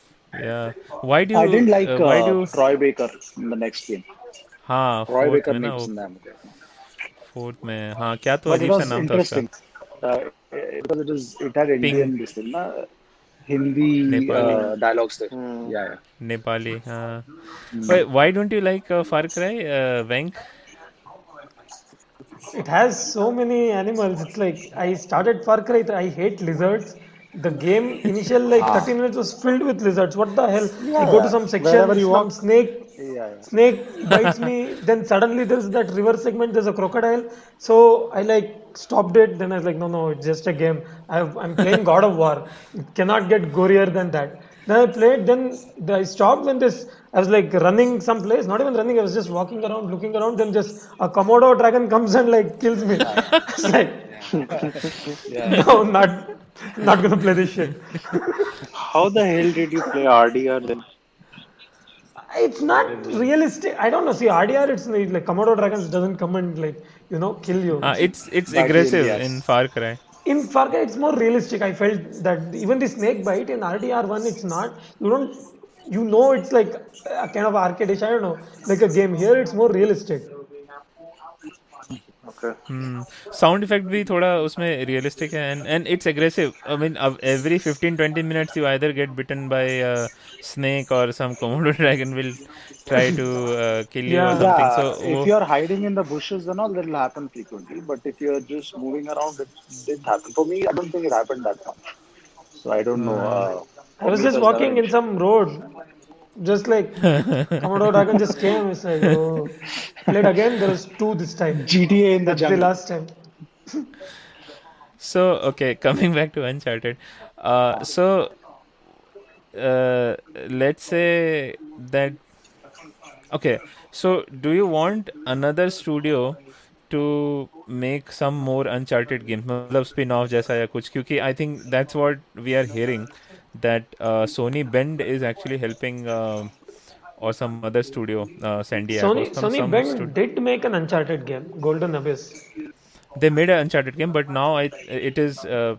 या why do I didn't like uh, why do Troy Baker in the next game. हाँ Troy fourth Baker में ना makes name. Fourth में हाँ क्या तो But it अजीब सा was नाम था उसका interesting uh, because it is it had Indian this thing, na, Hindi Nepali. uh, dialogues there. Hmm. Yeah, yeah. Nepali. हाँ Hmm. Why, why don't you like uh, Far Cry, uh, Venk? It has so many animals. It's like I started Far Cry. I hate lizards. The game initial like Ah. 30 minutes was filled with lizards. What the hell? I go to some section, Wherever you some snake yeah, yeah. snake bites me then suddenly there's that river segment there's a crocodile so i like stopped it then i was like no no it's just a game I've, i'm playing god of war it cannot get gorier than that then i played then the- i stopped when this i was like running someplace not even running i was just walking around looking around then just a komodo dragon comes and like kills me it's like no not not gonna play this shit How the hell did you play RDR then? It's not realistic. I don't know. See, RDR, it's like like Komodo Dragons doesn't come and like you know kill you. Uh, it's it's Back in aggressive India. in Far Cry. in Far Cry, it's more realistic. I felt that even the snake bite in RDR one, it's not. You don't. You know, it's like a kind of arcade-ish. I don't know, like a game. Here, it's more realistic. Okay. Sound effect Hmm. भी थोड़ा उसमें realistic है and and it's aggressive I mean every 15 20 minutes you either get bitten by snake और सम Komodo dragon will try to kill you और Yeah. Something Yeah, so if वो you're hiding in the bushes and all, that'll happen frequently. But if you're just moving around, it didn't happen. For me, I don't think it happened that much. So I don't know. Uh, I was just walking in some road, just like Komodo Dragon just came. It's like oh, played again. There was two this time. GTA in the That's the jungle. last time. So okay, coming back to Uncharted, uh, so uh, let's say that okay. So do you want another studio to make some more Uncharted games, मतलब spin-off जैसा या कुछ? क्योंकि I think that's what we are hearing that uh, Sony Bend is actually helping. Uh, or some other studio, uh, San Diego. Sony some, Sony some Bend studio. did make an Uncharted game, Golden Abyss. They made an Uncharted game, but now it it is. Uh,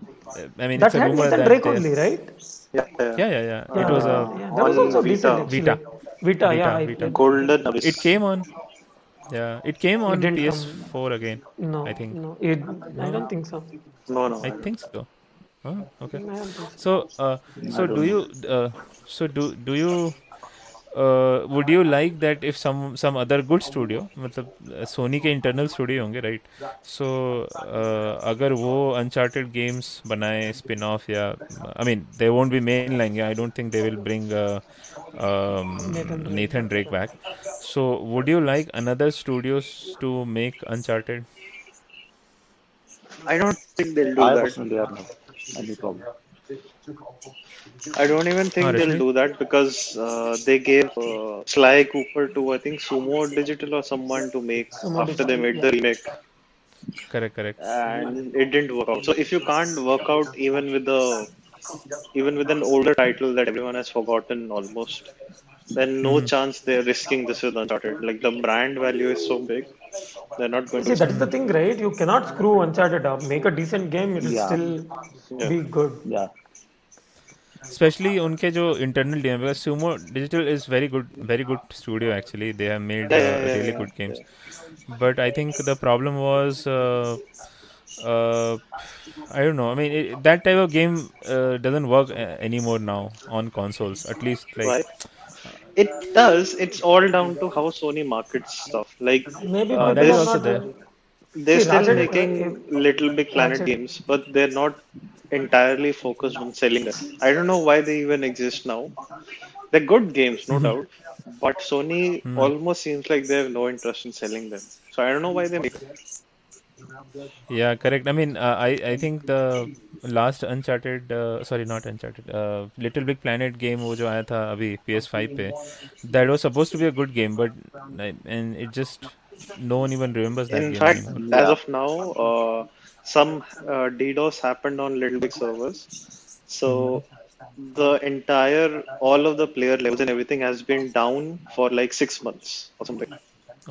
I mean, That it's a had rumor Nathan that Drake there's- only, right? Uh, Yeah, yeah. Yeah, yeah, yeah. it was a Yeah, that was also Vita. decent. actually. Vita. Vita, Vita, yeah. I- Vita. Golden Abyss. It came on. Yeah, it came on didn't PS4 again. No, I think. no, it, I don't think so. No, no. I think so. Oh, okay. I don't think so. So, uh, so do you? Uh, so do do you? Uh, would you like that if some some other good studio मतलब uh, Sony के internal studio होंगे right so अगर वो Uncharted games बनाए spin off या I mean they won't be main line I don't think they will bring um, Nathan Drake back so would you like another studios to make Uncharted I don't think they'll do I that. personally have no any problem. I don't even think Oh, they'll really? do that because uh, they gave uh, Sly Cooper to I think Sumo Digital or someone to make after they made the remake, correct correct and it didn't work out. So if you can't work out even with the even with an older title that everyone has forgotten almost, then no Hmm. chance they're risking this with Uncharted. Like the brand value is so big, they're not going See, to. that is the thing, right? You cannot screw Uncharted up. Make a decent game, it'll still be good. Yeah. especially उनके जो internal game because sumo digital is very good very good studio actually they have made uh, Yeah, yeah, yeah, really yeah, good games but i think the problem was uh, uh, i don't know i mean it, that type of game uh, doesn't work uh, anymore now on consoles at least like Why? It does. It's all down to how Sony markets stuff. Like Maybe uh, but that they is are also not- there they're See, still Ratchet- making little big planet Ratchet- games but they're not entirely focused on selling them i don't know why they even exist now they're good games no doubt but sony almost seems like they have no interest in selling them so i don't know why they make them. yeah correct i mean uh, i i think the last uncharted uh, sorry not uncharted uh, little big planet game वो जो आया था अभी ps5 पे that was supposed to be a good game but I- and it just no one even remembers that in game fact anymore. as of now uh, some uh, ddos happened on little big servers so the entire all of the player levels and everything has been down for like six months or something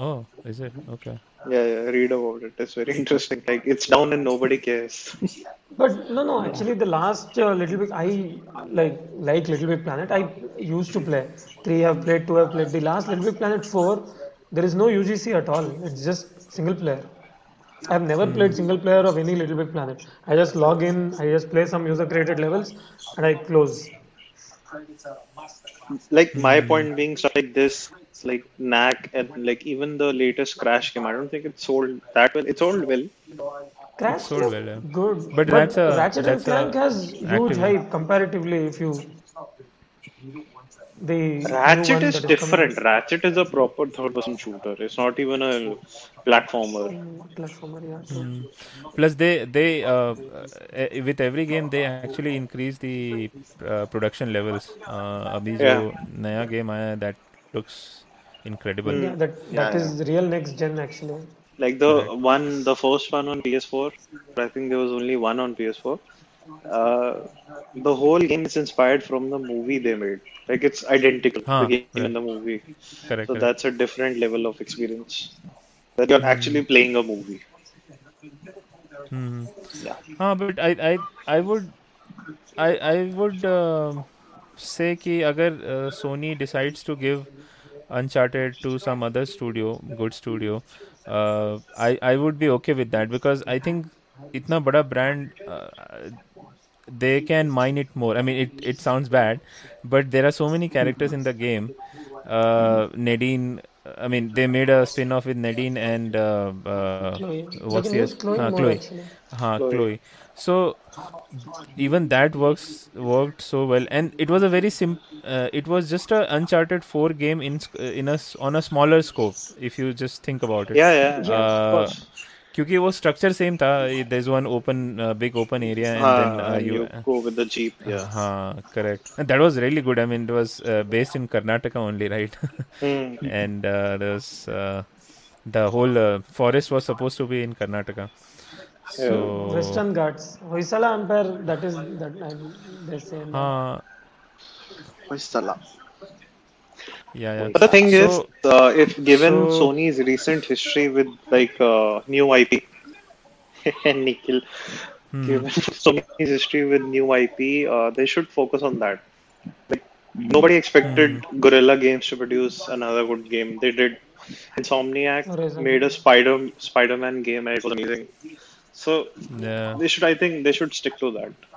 oh is it okay Yeah, yeah, read about it. It's very interesting. Like it's down and nobody cares. But no, no. Actually, the last uh, Little Big, I like like Little Big Planet. I used to play three. I've played two. I've played the last Little Big Planet four. There is no UGC at all. It's just single player. I've never Hmm. played single player of any Little Big Planet. I just log in. I just play some user created levels, and I close. like my point being, stuff like this, it's like Knack and like even the latest Crash game. I don't think it's sold that well. It's sold well. Crash sold was well, yeah. good, But that's a- Ratchet and that's a Clank has huge active- hype comparatively. If you the new Ratchet one is that coming. different. Ratchet is a proper third-person shooter. It's not even a platformer. Platformer, yeah, true. plus they they uh, uh, with every game they actually increase the uh, production levels uh, अभी Yeah. जो नया game आया है, that looks incredible Hmm. Yeah, that that is real next gen actually. Like the one, the first one on PS4. I think there was only one on PS4. Uh, the whole game is inspired from the movie they made. Like it's identical. Huh, the game right. and the movie. correct, So correct. that's a different level of experience. That you're actually playing a movie. हाँ but I I I would I I would say uh, कि अगर uh, Sony decides to give Uncharted to some other studio good studio I I would be okay with that because I think इतना बड़ा brand they can mine it more. I mean, it, it sounds bad, but there are so many characters in the game. Uh, Nadine, I mean, they made a spin off with Nadine and uh, uh, Chloe. what's They can the use Chloe Haan, more, Chloe. actually. Haan, हाँ, तो Chloe. So even that works worked so well, and it was a very sim. Uh, it was just a Uncharted four game in sc- in a s- on a smaller scope. If you just think about it, Yeah, yeah. uh, क्योंकि वो structure same था there's one open uh, big open area and then uh, हाँ, you, you go with the jeep. yeah huh, correct and that was really good i mean it was uh, based in karnataka only right Hmm. and uh, there was uh, the whole uh, forest was supposed to be in karnataka so Western Ghats. Hoysala Ampere, that is that I, they say. no. uh, yeah, yeah But the thing So- is, uh, if given so- Sony's recent history with like uh, new IP, Nikhil, Hmm. given so many history with new IP, uh, they should focus on that. Like, Nobody expected Hmm. Gorilla Games to produce another good game. They did. Insomniac Horizon. made a Spider Spider-Man game and it was amazing. So yeah. they should, I think, they should stick to that.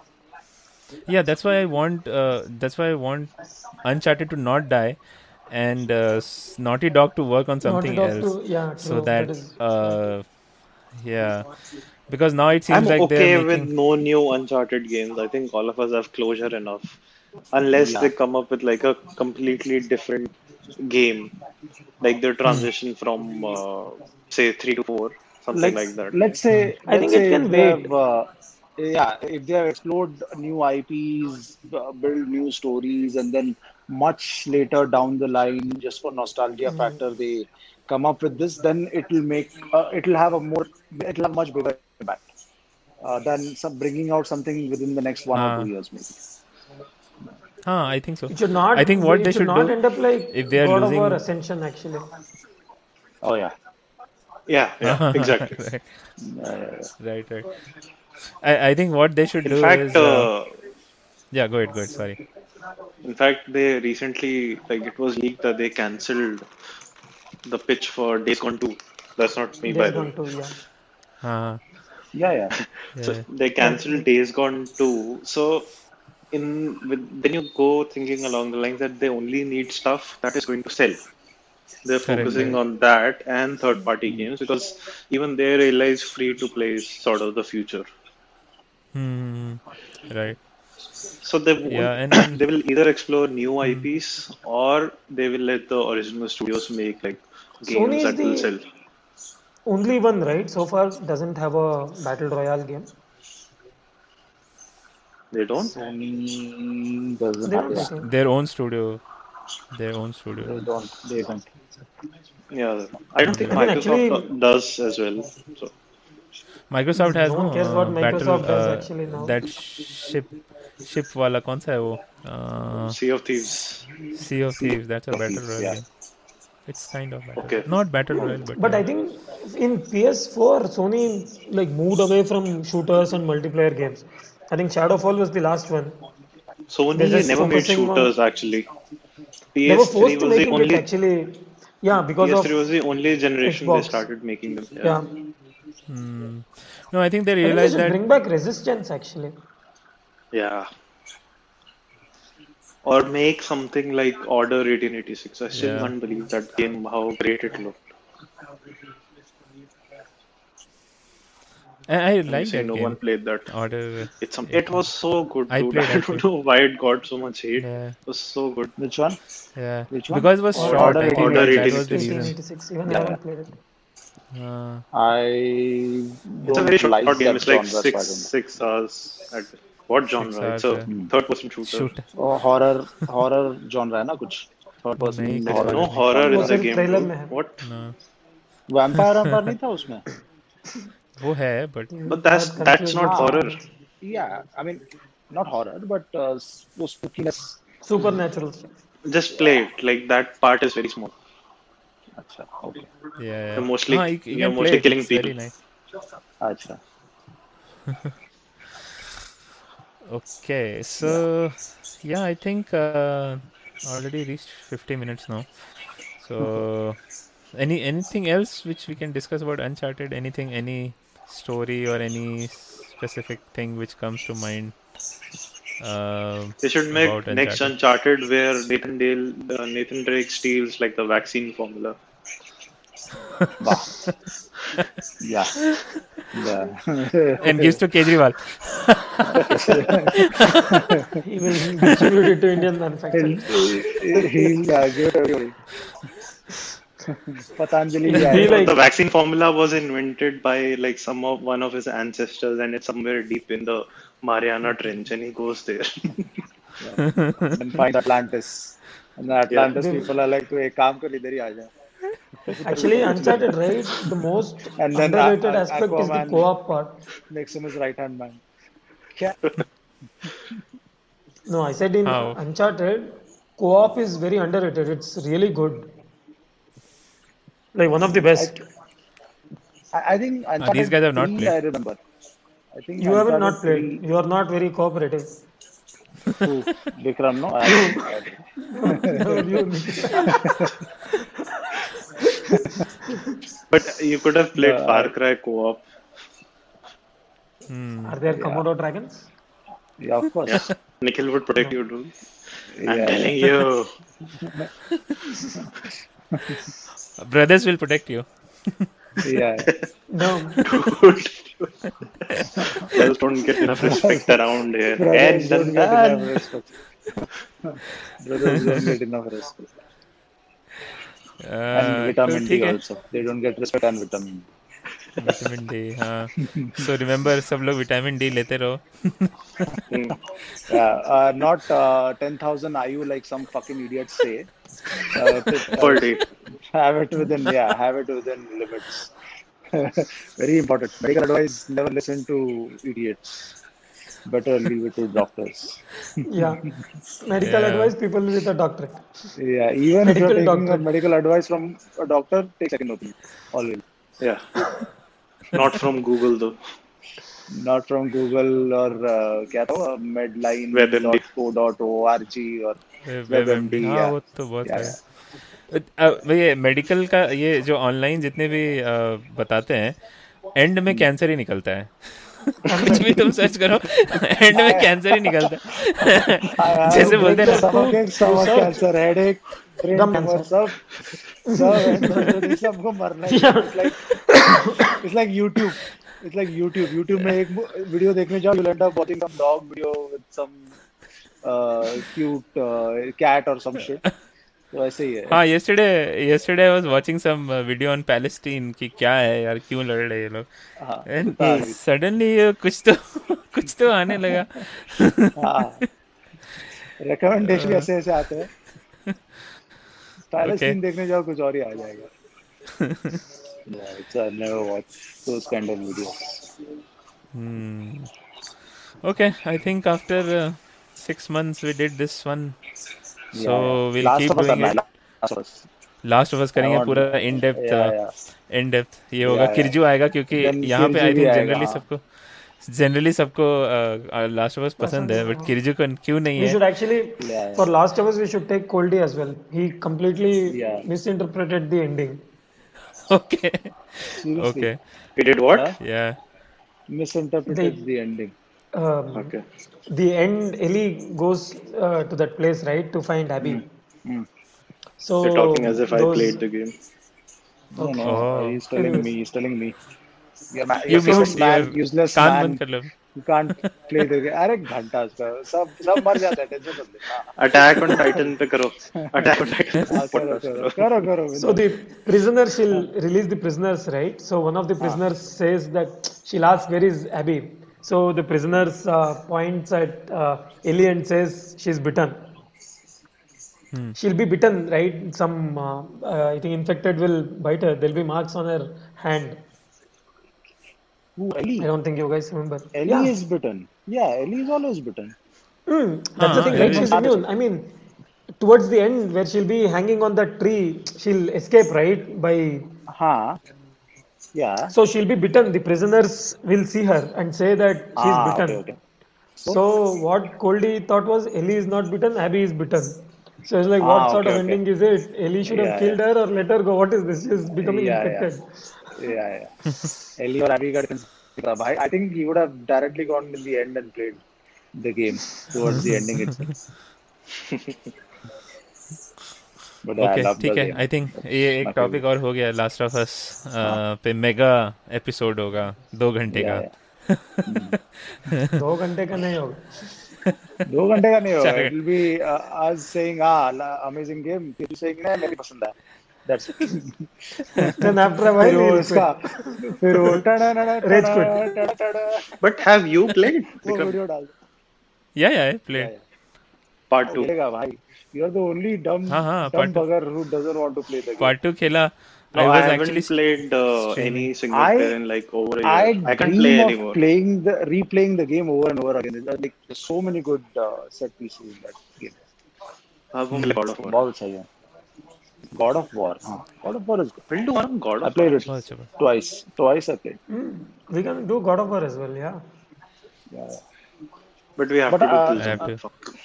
yeah that's why i want uh, that's why i want uncharted to not die and uh, s- naughty dog to work on something Naughty Dog else to- yeah, so true, that that is- uh, yeah because now it seems I'm like okay they're with making no new Uncharted games. I think all of us have closure enough, unless they come up with like a completely different game, like their transition from uh, say three to four, something let's, like that. Let's say Hmm. I think let's it say can if they wait. have, uh, yeah, if they have explored new IPs, uh, build new stories, and then much later down the line, just for nostalgia Hmm. factor, they come up with this, then it'll make uh, it'll have a more it'll have much bigger impact uh, than some bringing out something within the next one Ah. or two years, maybe. huh i think so It should not. i think what it they should, should not do end up like if they are God losing- of War Ascension. Actually, Oh yeah. Yeah, yeah, exactly. right. right right I, I think what they should In do fact, is uh, yeah go ahead go ahead sorry in fact, they recently like it was leaked that they cancelled the pitch for Days Gone Two. That's not me, by Days the way. Gone 2, yeah. uh, Yeah, yeah. So they cancelled Days Gone too. So in with, then you go thinking along the lines that they only need stuff that is going to sell. They're Correct, focusing yeah. on that and third party games because even they realize free to play is sort of the future. hmm, right So they Yeah, won't- and- Hmm. they will either explore new IPs or they will let the original studios make like games Sony is that will the- sell. Only one, right? So far, doesn't have a battle royale game. They don't. Sony doesn't. They don't. yeah. I think. their own studio their own studio They don't. They don't. Yeah, I don't think I mean, Microsoft actually- does as well. So Microsoft has No no, one cares what uh, battle, Microsoft does uh, actually now. that ship ship वाला कौन सा है वो uh, Sea of Thieves. Sea of Thieves that's a battle royale yeah. game. it's kind of battle. Okay. not battle royale but, uh, But yeah. I think in PS4, Sony like moved away from shooters and multiplayer games. I think Shadowfall was the last one. They're Sony just never made focusing on- shooters actually. They were PS3 forced to was the make it only actually. Yeah, because PS3 of was the only generation they Xbox. started making them. Yeah. yeah. no I think they I think they realized should that bring back Resistance actually. Yeah. Or make something like Order 1886. I still Yeah. can't believe that game. How great it looked. I, I I'm like saying that no one game played that. order It's some, it was so good, I dude. played I actually. don't know why it got so much hate. Yeah. It was so good. Which one? yeah Which one? because it was short Order I think Order that was the 1886. reason 1886. Even I haven't played it. uh, I It's a don't very short like game. that It's like genre, so I six don't know. six hours. At, what genre? hours, it's a yeah. third person shooter. shoot Oh, horror horror genre है ना कुछ third person नहीं, horror No horror in वो the सिर्फ game. trailer dude. में है। What? vampire vampire नहीं था उसमें वो है but But that's that's not हाँ. horror. yeah I mean not horror but uh, वो spookiness Supernatural. Just play it. Like that part is very small. अच्छा okay yeah, yeah. You're mostly- no, you, you you're can mostly play it. killing It's very people. nice. अच्छा Okay, so yeah, I think uh, already reached 50 minutes now. So any anything else which we can discuss about Uncharted? Anything, any story or any specific thing which comes to mind? Um They should make about next Uncharted where Nathan Dale, uh, Nathan Drake steals like the vaccine formula. वाह yeah the and gives to Kejriwal. He will distribute it to Indian manufacturers. he'll yeah, give it away Patanjali It'll yeah, be yeah. like The vaccine formula was invented by like some of one of his ancestors, and it's somewhere deep in the Mariana Trench, and he goes there. and find Atlantis. And the Atlantis people are like, "तू एक काम कर इधर ही आ जा." Actually, Uncharted, right? The most And then underrated Aqu- aspect is the Aquaman. co-op part. Next to him is right hand man. No, I said in How? Uncharted, co-op is very underrated. It's really good. Like one of the best. I, I think Uh, these guys have not three, played. I remember. I think You haven't not Uncharted played. You are not very cooperative. three- Ooh, Vikram, no. I- But you could have played Far Cry co-op. Are there Komodo dragons? yeah, of course. Nikhil would protect you, dude. I'm Yeah. telling you. Brothers will protect you. yeah. No. Girls don't get enough respect around here. and Brothers don't then get that. enough respect. Brothers don't get enough respect. Uh, And vitamin तो Uh, D ठीक है also. They don't get respect and vitamin D. Vitamin D हाँ so remember सब लोग vitamin D लेते रहो Yeah, uh, not uh, 10,000 IU like some fucking idiots say. Uh, Per day. have it within, yeah, have it within limits. Very important. Medical advice never listen to idiots. Better leave it to doctors. Yeah. Medical Yeah. advice, people with a doctorate. Yeah, even if you're Medical taking a doctor. medical advice from a doctor, take second opinion. Always. Yeah. Not from Google though. Not from Google or uh, क्या था वो, medline WebMD. .co .org or WebMD, हाँ yeah. वो तो बहुत Yeah, है अ, अ, ये मेडिकल का ये जो ऑनलाइन जितने भी अ, बताते हैं एंड Hmm. में कैंसर ही निकलता है कुछ भी तुम सर्च करो एंड में कैंसर ही निकलता है हाँ, जैसे बोलते हैं ना, सबके सब cancer headache brain Gum tumour cancer. सब सब तो सबको मरना है like it's like YouTube it's like YouTube YouTube में एक वीडियो देखने जाओ you end up watching some dog video with some uh, cute cat और सम शिट तो ऐसे ही है हाँ yesterday yesterday I was watching some video on Palestine कि क्या है यार क्यों लड़ रहे हैं ये हाँ, लोग एंड सडनली कुछ तो कुछ तो आने लगा हाँ रिकमेंडेशन ऐसे ऐसे आते हैं पहले हाँ। Okay. सीन देखने जाओ कुछ और ही आ जाएगा yeah, it's, I never watch those kind of videos. Okay, I think after uh, six months we did this one. So Yeah, yeah. we'll Last keep of Us doing करना है, it. Last of Us. Last of us करेंगे want- पूरा in depth Yeah, yeah. in depth ये होगा yeah. किरजू आएगा क्योंकि Then यहाँ पे किरजू आई भी थिंक आएगा, जनरली हाँ। सबको जनरली सबको uh, लास्ट ऑफ अस पसंद है हाँ। बट किरजू को क्यों नहीं We है should actually, Yeah. for Last of Us, we should take Coldy as well. He completely Yeah. misinterpreted the ending. Okay Seriously, okay He did what? Huh? या misinterpreted They- the ending. Um, Okay. the end, Ellie goes uh, to that place, right, to find Abby. So You're Mm. talking as Oh, if I those- played the game. No, no, Oh. he's telling me. He's telling me. You're, ma- you you're such a man, useless कान man. बंद कर लो You can't play the game. अरे घंटा उसका सब सब मर जाता है टेंशन मत ले हाँ, Attack on Titan पे करो. Attack on Titan. हाँ, करो करो करो करो So the prisoner, she'll release the prisoners, right? So one of the prisoners Ah. says that she'll ask, "Where is Abby?" So the prisoners uh, points at uh, Ellie and says she's bitten. She'll be bitten, right? Some, uh, uh, I think, infected will bite her. There'll be marks on her hand. Who, Ellie? I don't think you guys remember. Ellie yeah. is bitten. Yeah, Ellie is always bitten. Mm, that's the thing, right? She's immune. I mean, towards the end, where she'll be hanging on that tree, she'll escape, right? By हाँ, yeah. So she'll be bitten. The prisoners will see her and say that she's Ah, bitten. okay, okay. So what Coldy thought was Ellie is not bitten, Abby is bitten. So it's like, what Ah, sort okay, of okay. ending is it? Ellie should have Yeah, killed her or let her go. What is this? She's becoming Yeah, yeah. infected. Yeah, yeah. Ellie or Abby got considered. I, I think he would have directly gone in the end and played the game towards the ending itself. but yeah, I okay love the ठीक है game. I think ये एक Nothing. हाँ। Topic और हो गया last of us uh, पे mega episode होगा दो घंटे का Yeah, दो घंटे का नहीं होगा दो घंटे का नहीं होगा Sorry. इट विल बी आज सेइंग आ अमेजिंग गेम फिर सेइंग नहीं मेरे पसंद है that's Then after a while, फिर you वो will इसका quit. फिर वो टड़ा टड़ा Rage quit. टड़ा टड़ा But have you played वो Vikram वीडियो डाल या या प्ले Part Two? देगा भाई you are the only dumb हाँ, हाँ, dumb part two. Bugger who doesn't want to play the game part two खेला No, I I, was haven't actually played uh, any single I- player in like over a year. I, I can't dream play of anymore. playing the replaying the game over and over again. There's like there's so many good uh, set pieces in that game. अब हम God of War. बहुत सही है God of War. huh. God of War is good. We'll do one on God I of played it Oh, अच्छा, but- twice. Twice I played. We can do God of War as well, yeah. Yeah. But we have But, to do uh, Killzone. I have to- Fuck.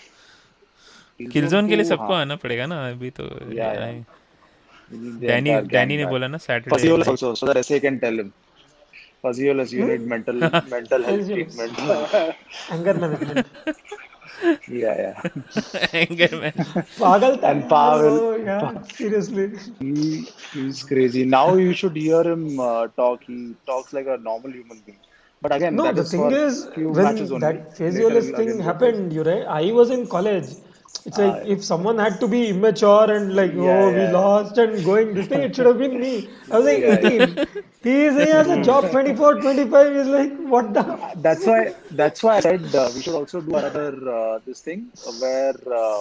किलजोन के लिए two, सबको हाँ. आना पड़ेगा ना अभी तो Yeah, yeah. We need the Danny entire gang Danny ने back. बोला ना Fasiolas Saturday also, so that SA can tell him. Fasiolas, you need mental mental health Fasiolas. treatment. Anger management. yeah, yeah. Anger man Pagal And Pavel. Oh, yeah, seriously. He, he's crazy. Now you should hear him uh, talk. He talks like a normal human being. But again, No, that the is thing for is, few when matches only. that Later Fasiolis we'll thing again go happened, you right? I was in college. It's like if someone had to be immature and like, Ah, Yeah, oh, yeah. we lost and going this thing, it should have been me. I was like 18. He is he has a job 24, 25. He's like, what the? through. That's why. That's why I said uh, we should also do another uh, this thing where uh,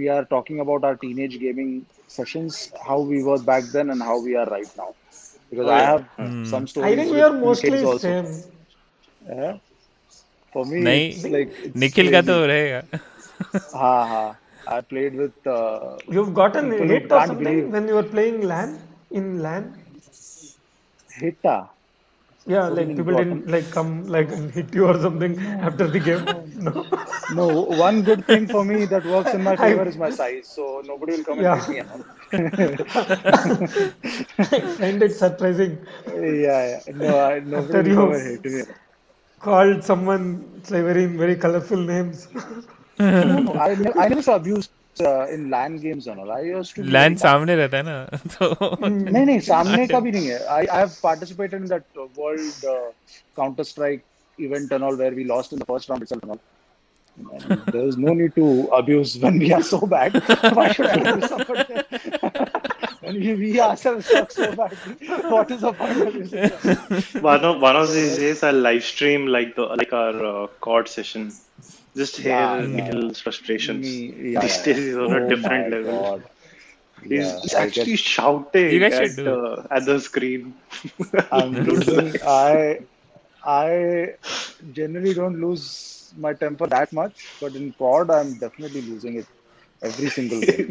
we are talking about our teenage gaming sessions, how we were back then and how we are right now. Because I have some stories. I think we with are kids mostly also. same. Yeah. For me, नहीं, it's like it's Nikhil का crazy. तो रहेगा हाँ, हाँ. I played with uh, You've gotten People who hit or can't something believe. when you were playing LAN in LAN. Hita. Yeah, do you like mean people gotten? didn't like come like and hit you or something after the game. No. No, one good thing for me that works in my I- favor is my size, so nobody will come Yeah. and hit me. up. I find it surprising. yeah, yeah. No, I, After nobody you- will come and hit me. up. Called someone it's like very very colorful names. No, no, I, ne- I never saw abuse uh, in LAN games and all. I used to. be land like- सामने रहता है ना तो नहीं नहीं सामने का भी नहीं है I I have participated in that world counter strike event and all where we lost in the first round itself and all there is no need to abuse when we are so bad why should i abuse somebody when we, we ourselves suck so bad what is the point of this One of one of these days I'll live stream like the like our uh, chord session. Just hear Yeah, yeah. Nikhil's frustrations. Me- yeah, These yeah. days he's on a Oh different my level. God. He's Yeah, he's I actually shouting You guys at, should do uh, at the screen. I'm losing. I I generally don't lose my temper that much, but in pod I'm definitely losing it every single game.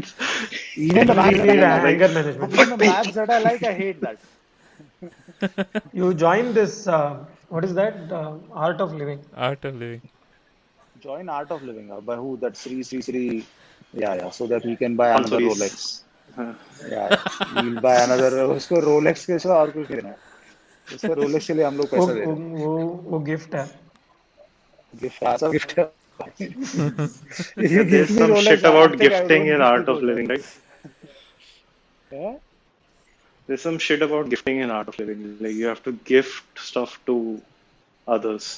Even the maps, Really that I like, anger management. even the maps that I like, I hate that. You join this. Uh, what is that? Uh, Art of Living. Art of Living Join Art of Living uh, by who? That's Sri Sri Sri. Yeah, yeah. So that we can buy Also another he's- Rolex. Yeah, we'll buy another. uh, उसको Rolex के सिवा और कुछ नहीं देना है. उसको Rolex के लिए हम लोग वो, पैसा दे रहे वो, हैं. वो, वो गिफ्ट है Gift, ऐसा gift. If you give There's me some Rolex, shit I don't about think I gifting in don't give Art you of Rolex. Living, right? Yeah? There's some shit about gifting in Art of Living. Like you have to gift stuff to others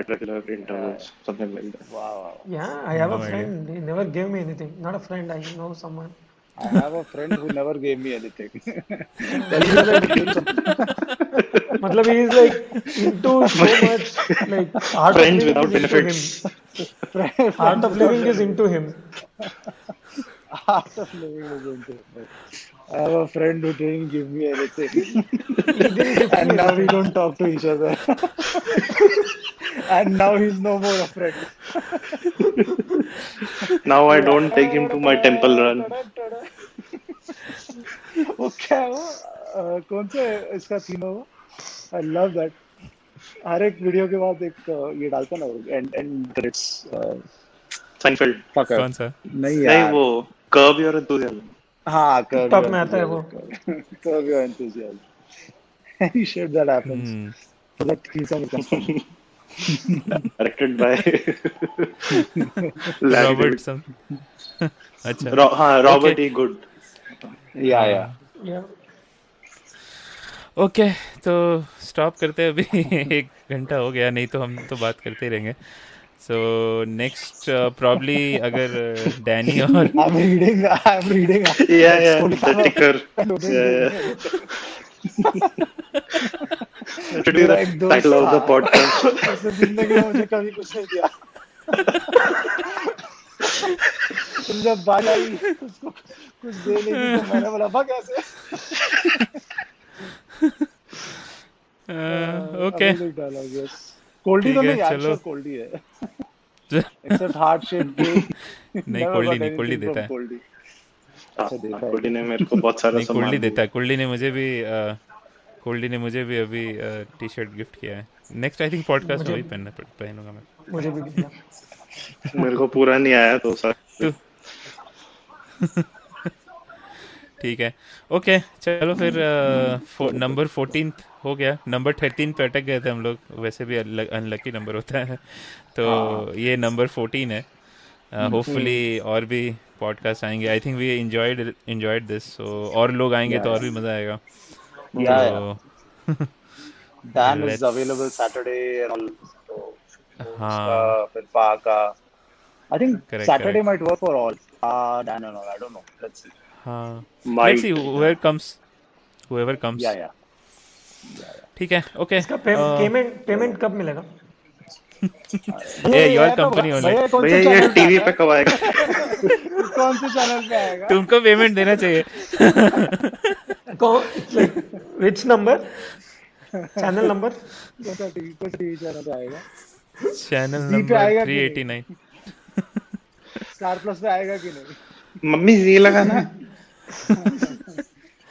at regular intervals, something like that. Wow. yeah i have a friend he never gave me anything not a friend i know someone I have a friend who never gave me anything. matlab he is like into so much like art of Friends living without is into benefits. him. art of living is into him Art of living is into it. I have a friend who didn't give me anything. and now we don't talk to each other. and now he's no more a friend. Now I don't take him to my temple run. वो क्या है वो अ, कौन से इसका scene है वो I love that हर एक वीडियो के बाद एक अ, ये डालता ना एंड एंड क्रेडिट्स Seinfeld. पकड़ कौन सा नहीं नहीं यार वो curb your enthusiasm. हाँ कर Top में आता है वो। कर your enthusiasm any shit that happens hmm, but he some directed by Larry Robert David. Some अच्छा Ro- हाँ, Robert E. Good. या या yeah ओके तो स्टॉप करते हैं अभी एक घंटा हो गया नहीं तो हम तो बात करते ही रहेंगे सो नेक्स्ट प्रॉब्ली अगर डैनी और I am reading I am reading Yeah, yeah, the ticker. Yeah, yeah. To do the Like those- er title of the podcast. Ah, ऐसे जिंदगी में मुझे कभी कुछ नहीं दिया जब बारी आई उसको कुछ देने की तो मैंने बोला भाग ऐसे ओके डायलॉग यस कोल्डी तो ठीक है, नहीं यार चलो। sure कोल्डी है एक्सेप्ट हार्ट शेप नहीं कोल्डी नहीं कोल्डी देता है कोल्डी अच्छा देखा है। कुल्ली ने मेरे को बहुत सारा नहीं सामान कुल्ली देता है कुल्ली ने मुझे भी अ, कुल्ली ने मुझे भी अभी टी शर्ट गिफ्ट किया है नेक्स्ट आई थिंक पॉडकास्ट में वही पहनना पड़- पहनूंगा मैं मुझे भी गिफ्ट किया। दिया। मेरे को पूरा नहीं आया तो सर ठीक है ओके चलो फिर नंबर फोर्टीन हो गया नंबर थर्टीन पे अटक गए थे हम लोग वैसे भी अनलकी नंबर होता है तो हाँ। ये नंबर फोर्टीन है हम्म। होपफुली और भी पॉडकास्ट आएंगे I think we enjoyed enjoyed this so और लोग आएंगे तो और भी मज़ा आएगा Yeah, तो Dan Let's- is available Saturday and all. So, हाँ uh, with Parker. I think Correct, Saturday correct. might work for all. Uh, Dan and all. I don't know. Let's see. हाँ might let's see whoever comes whoever comes Yeah, yeah. ठीक है Uh, okay इसका Uh, payment payment कब मिलेगा ये Eh, your तो company only भैया ये टीवी पे कब आएगा कौन से चैनल पे आएगा तुमको पेमेंट देना चाहिए विच नंबर चैनल नंबर कौन सा टीवी कौन सा टीवी तो चैनल पे आएगा चैनल पे नंबर आएगा कि नहीं? 389 स्टार प्लस पे आएगा कि नहीं मम्मी ये लगा ना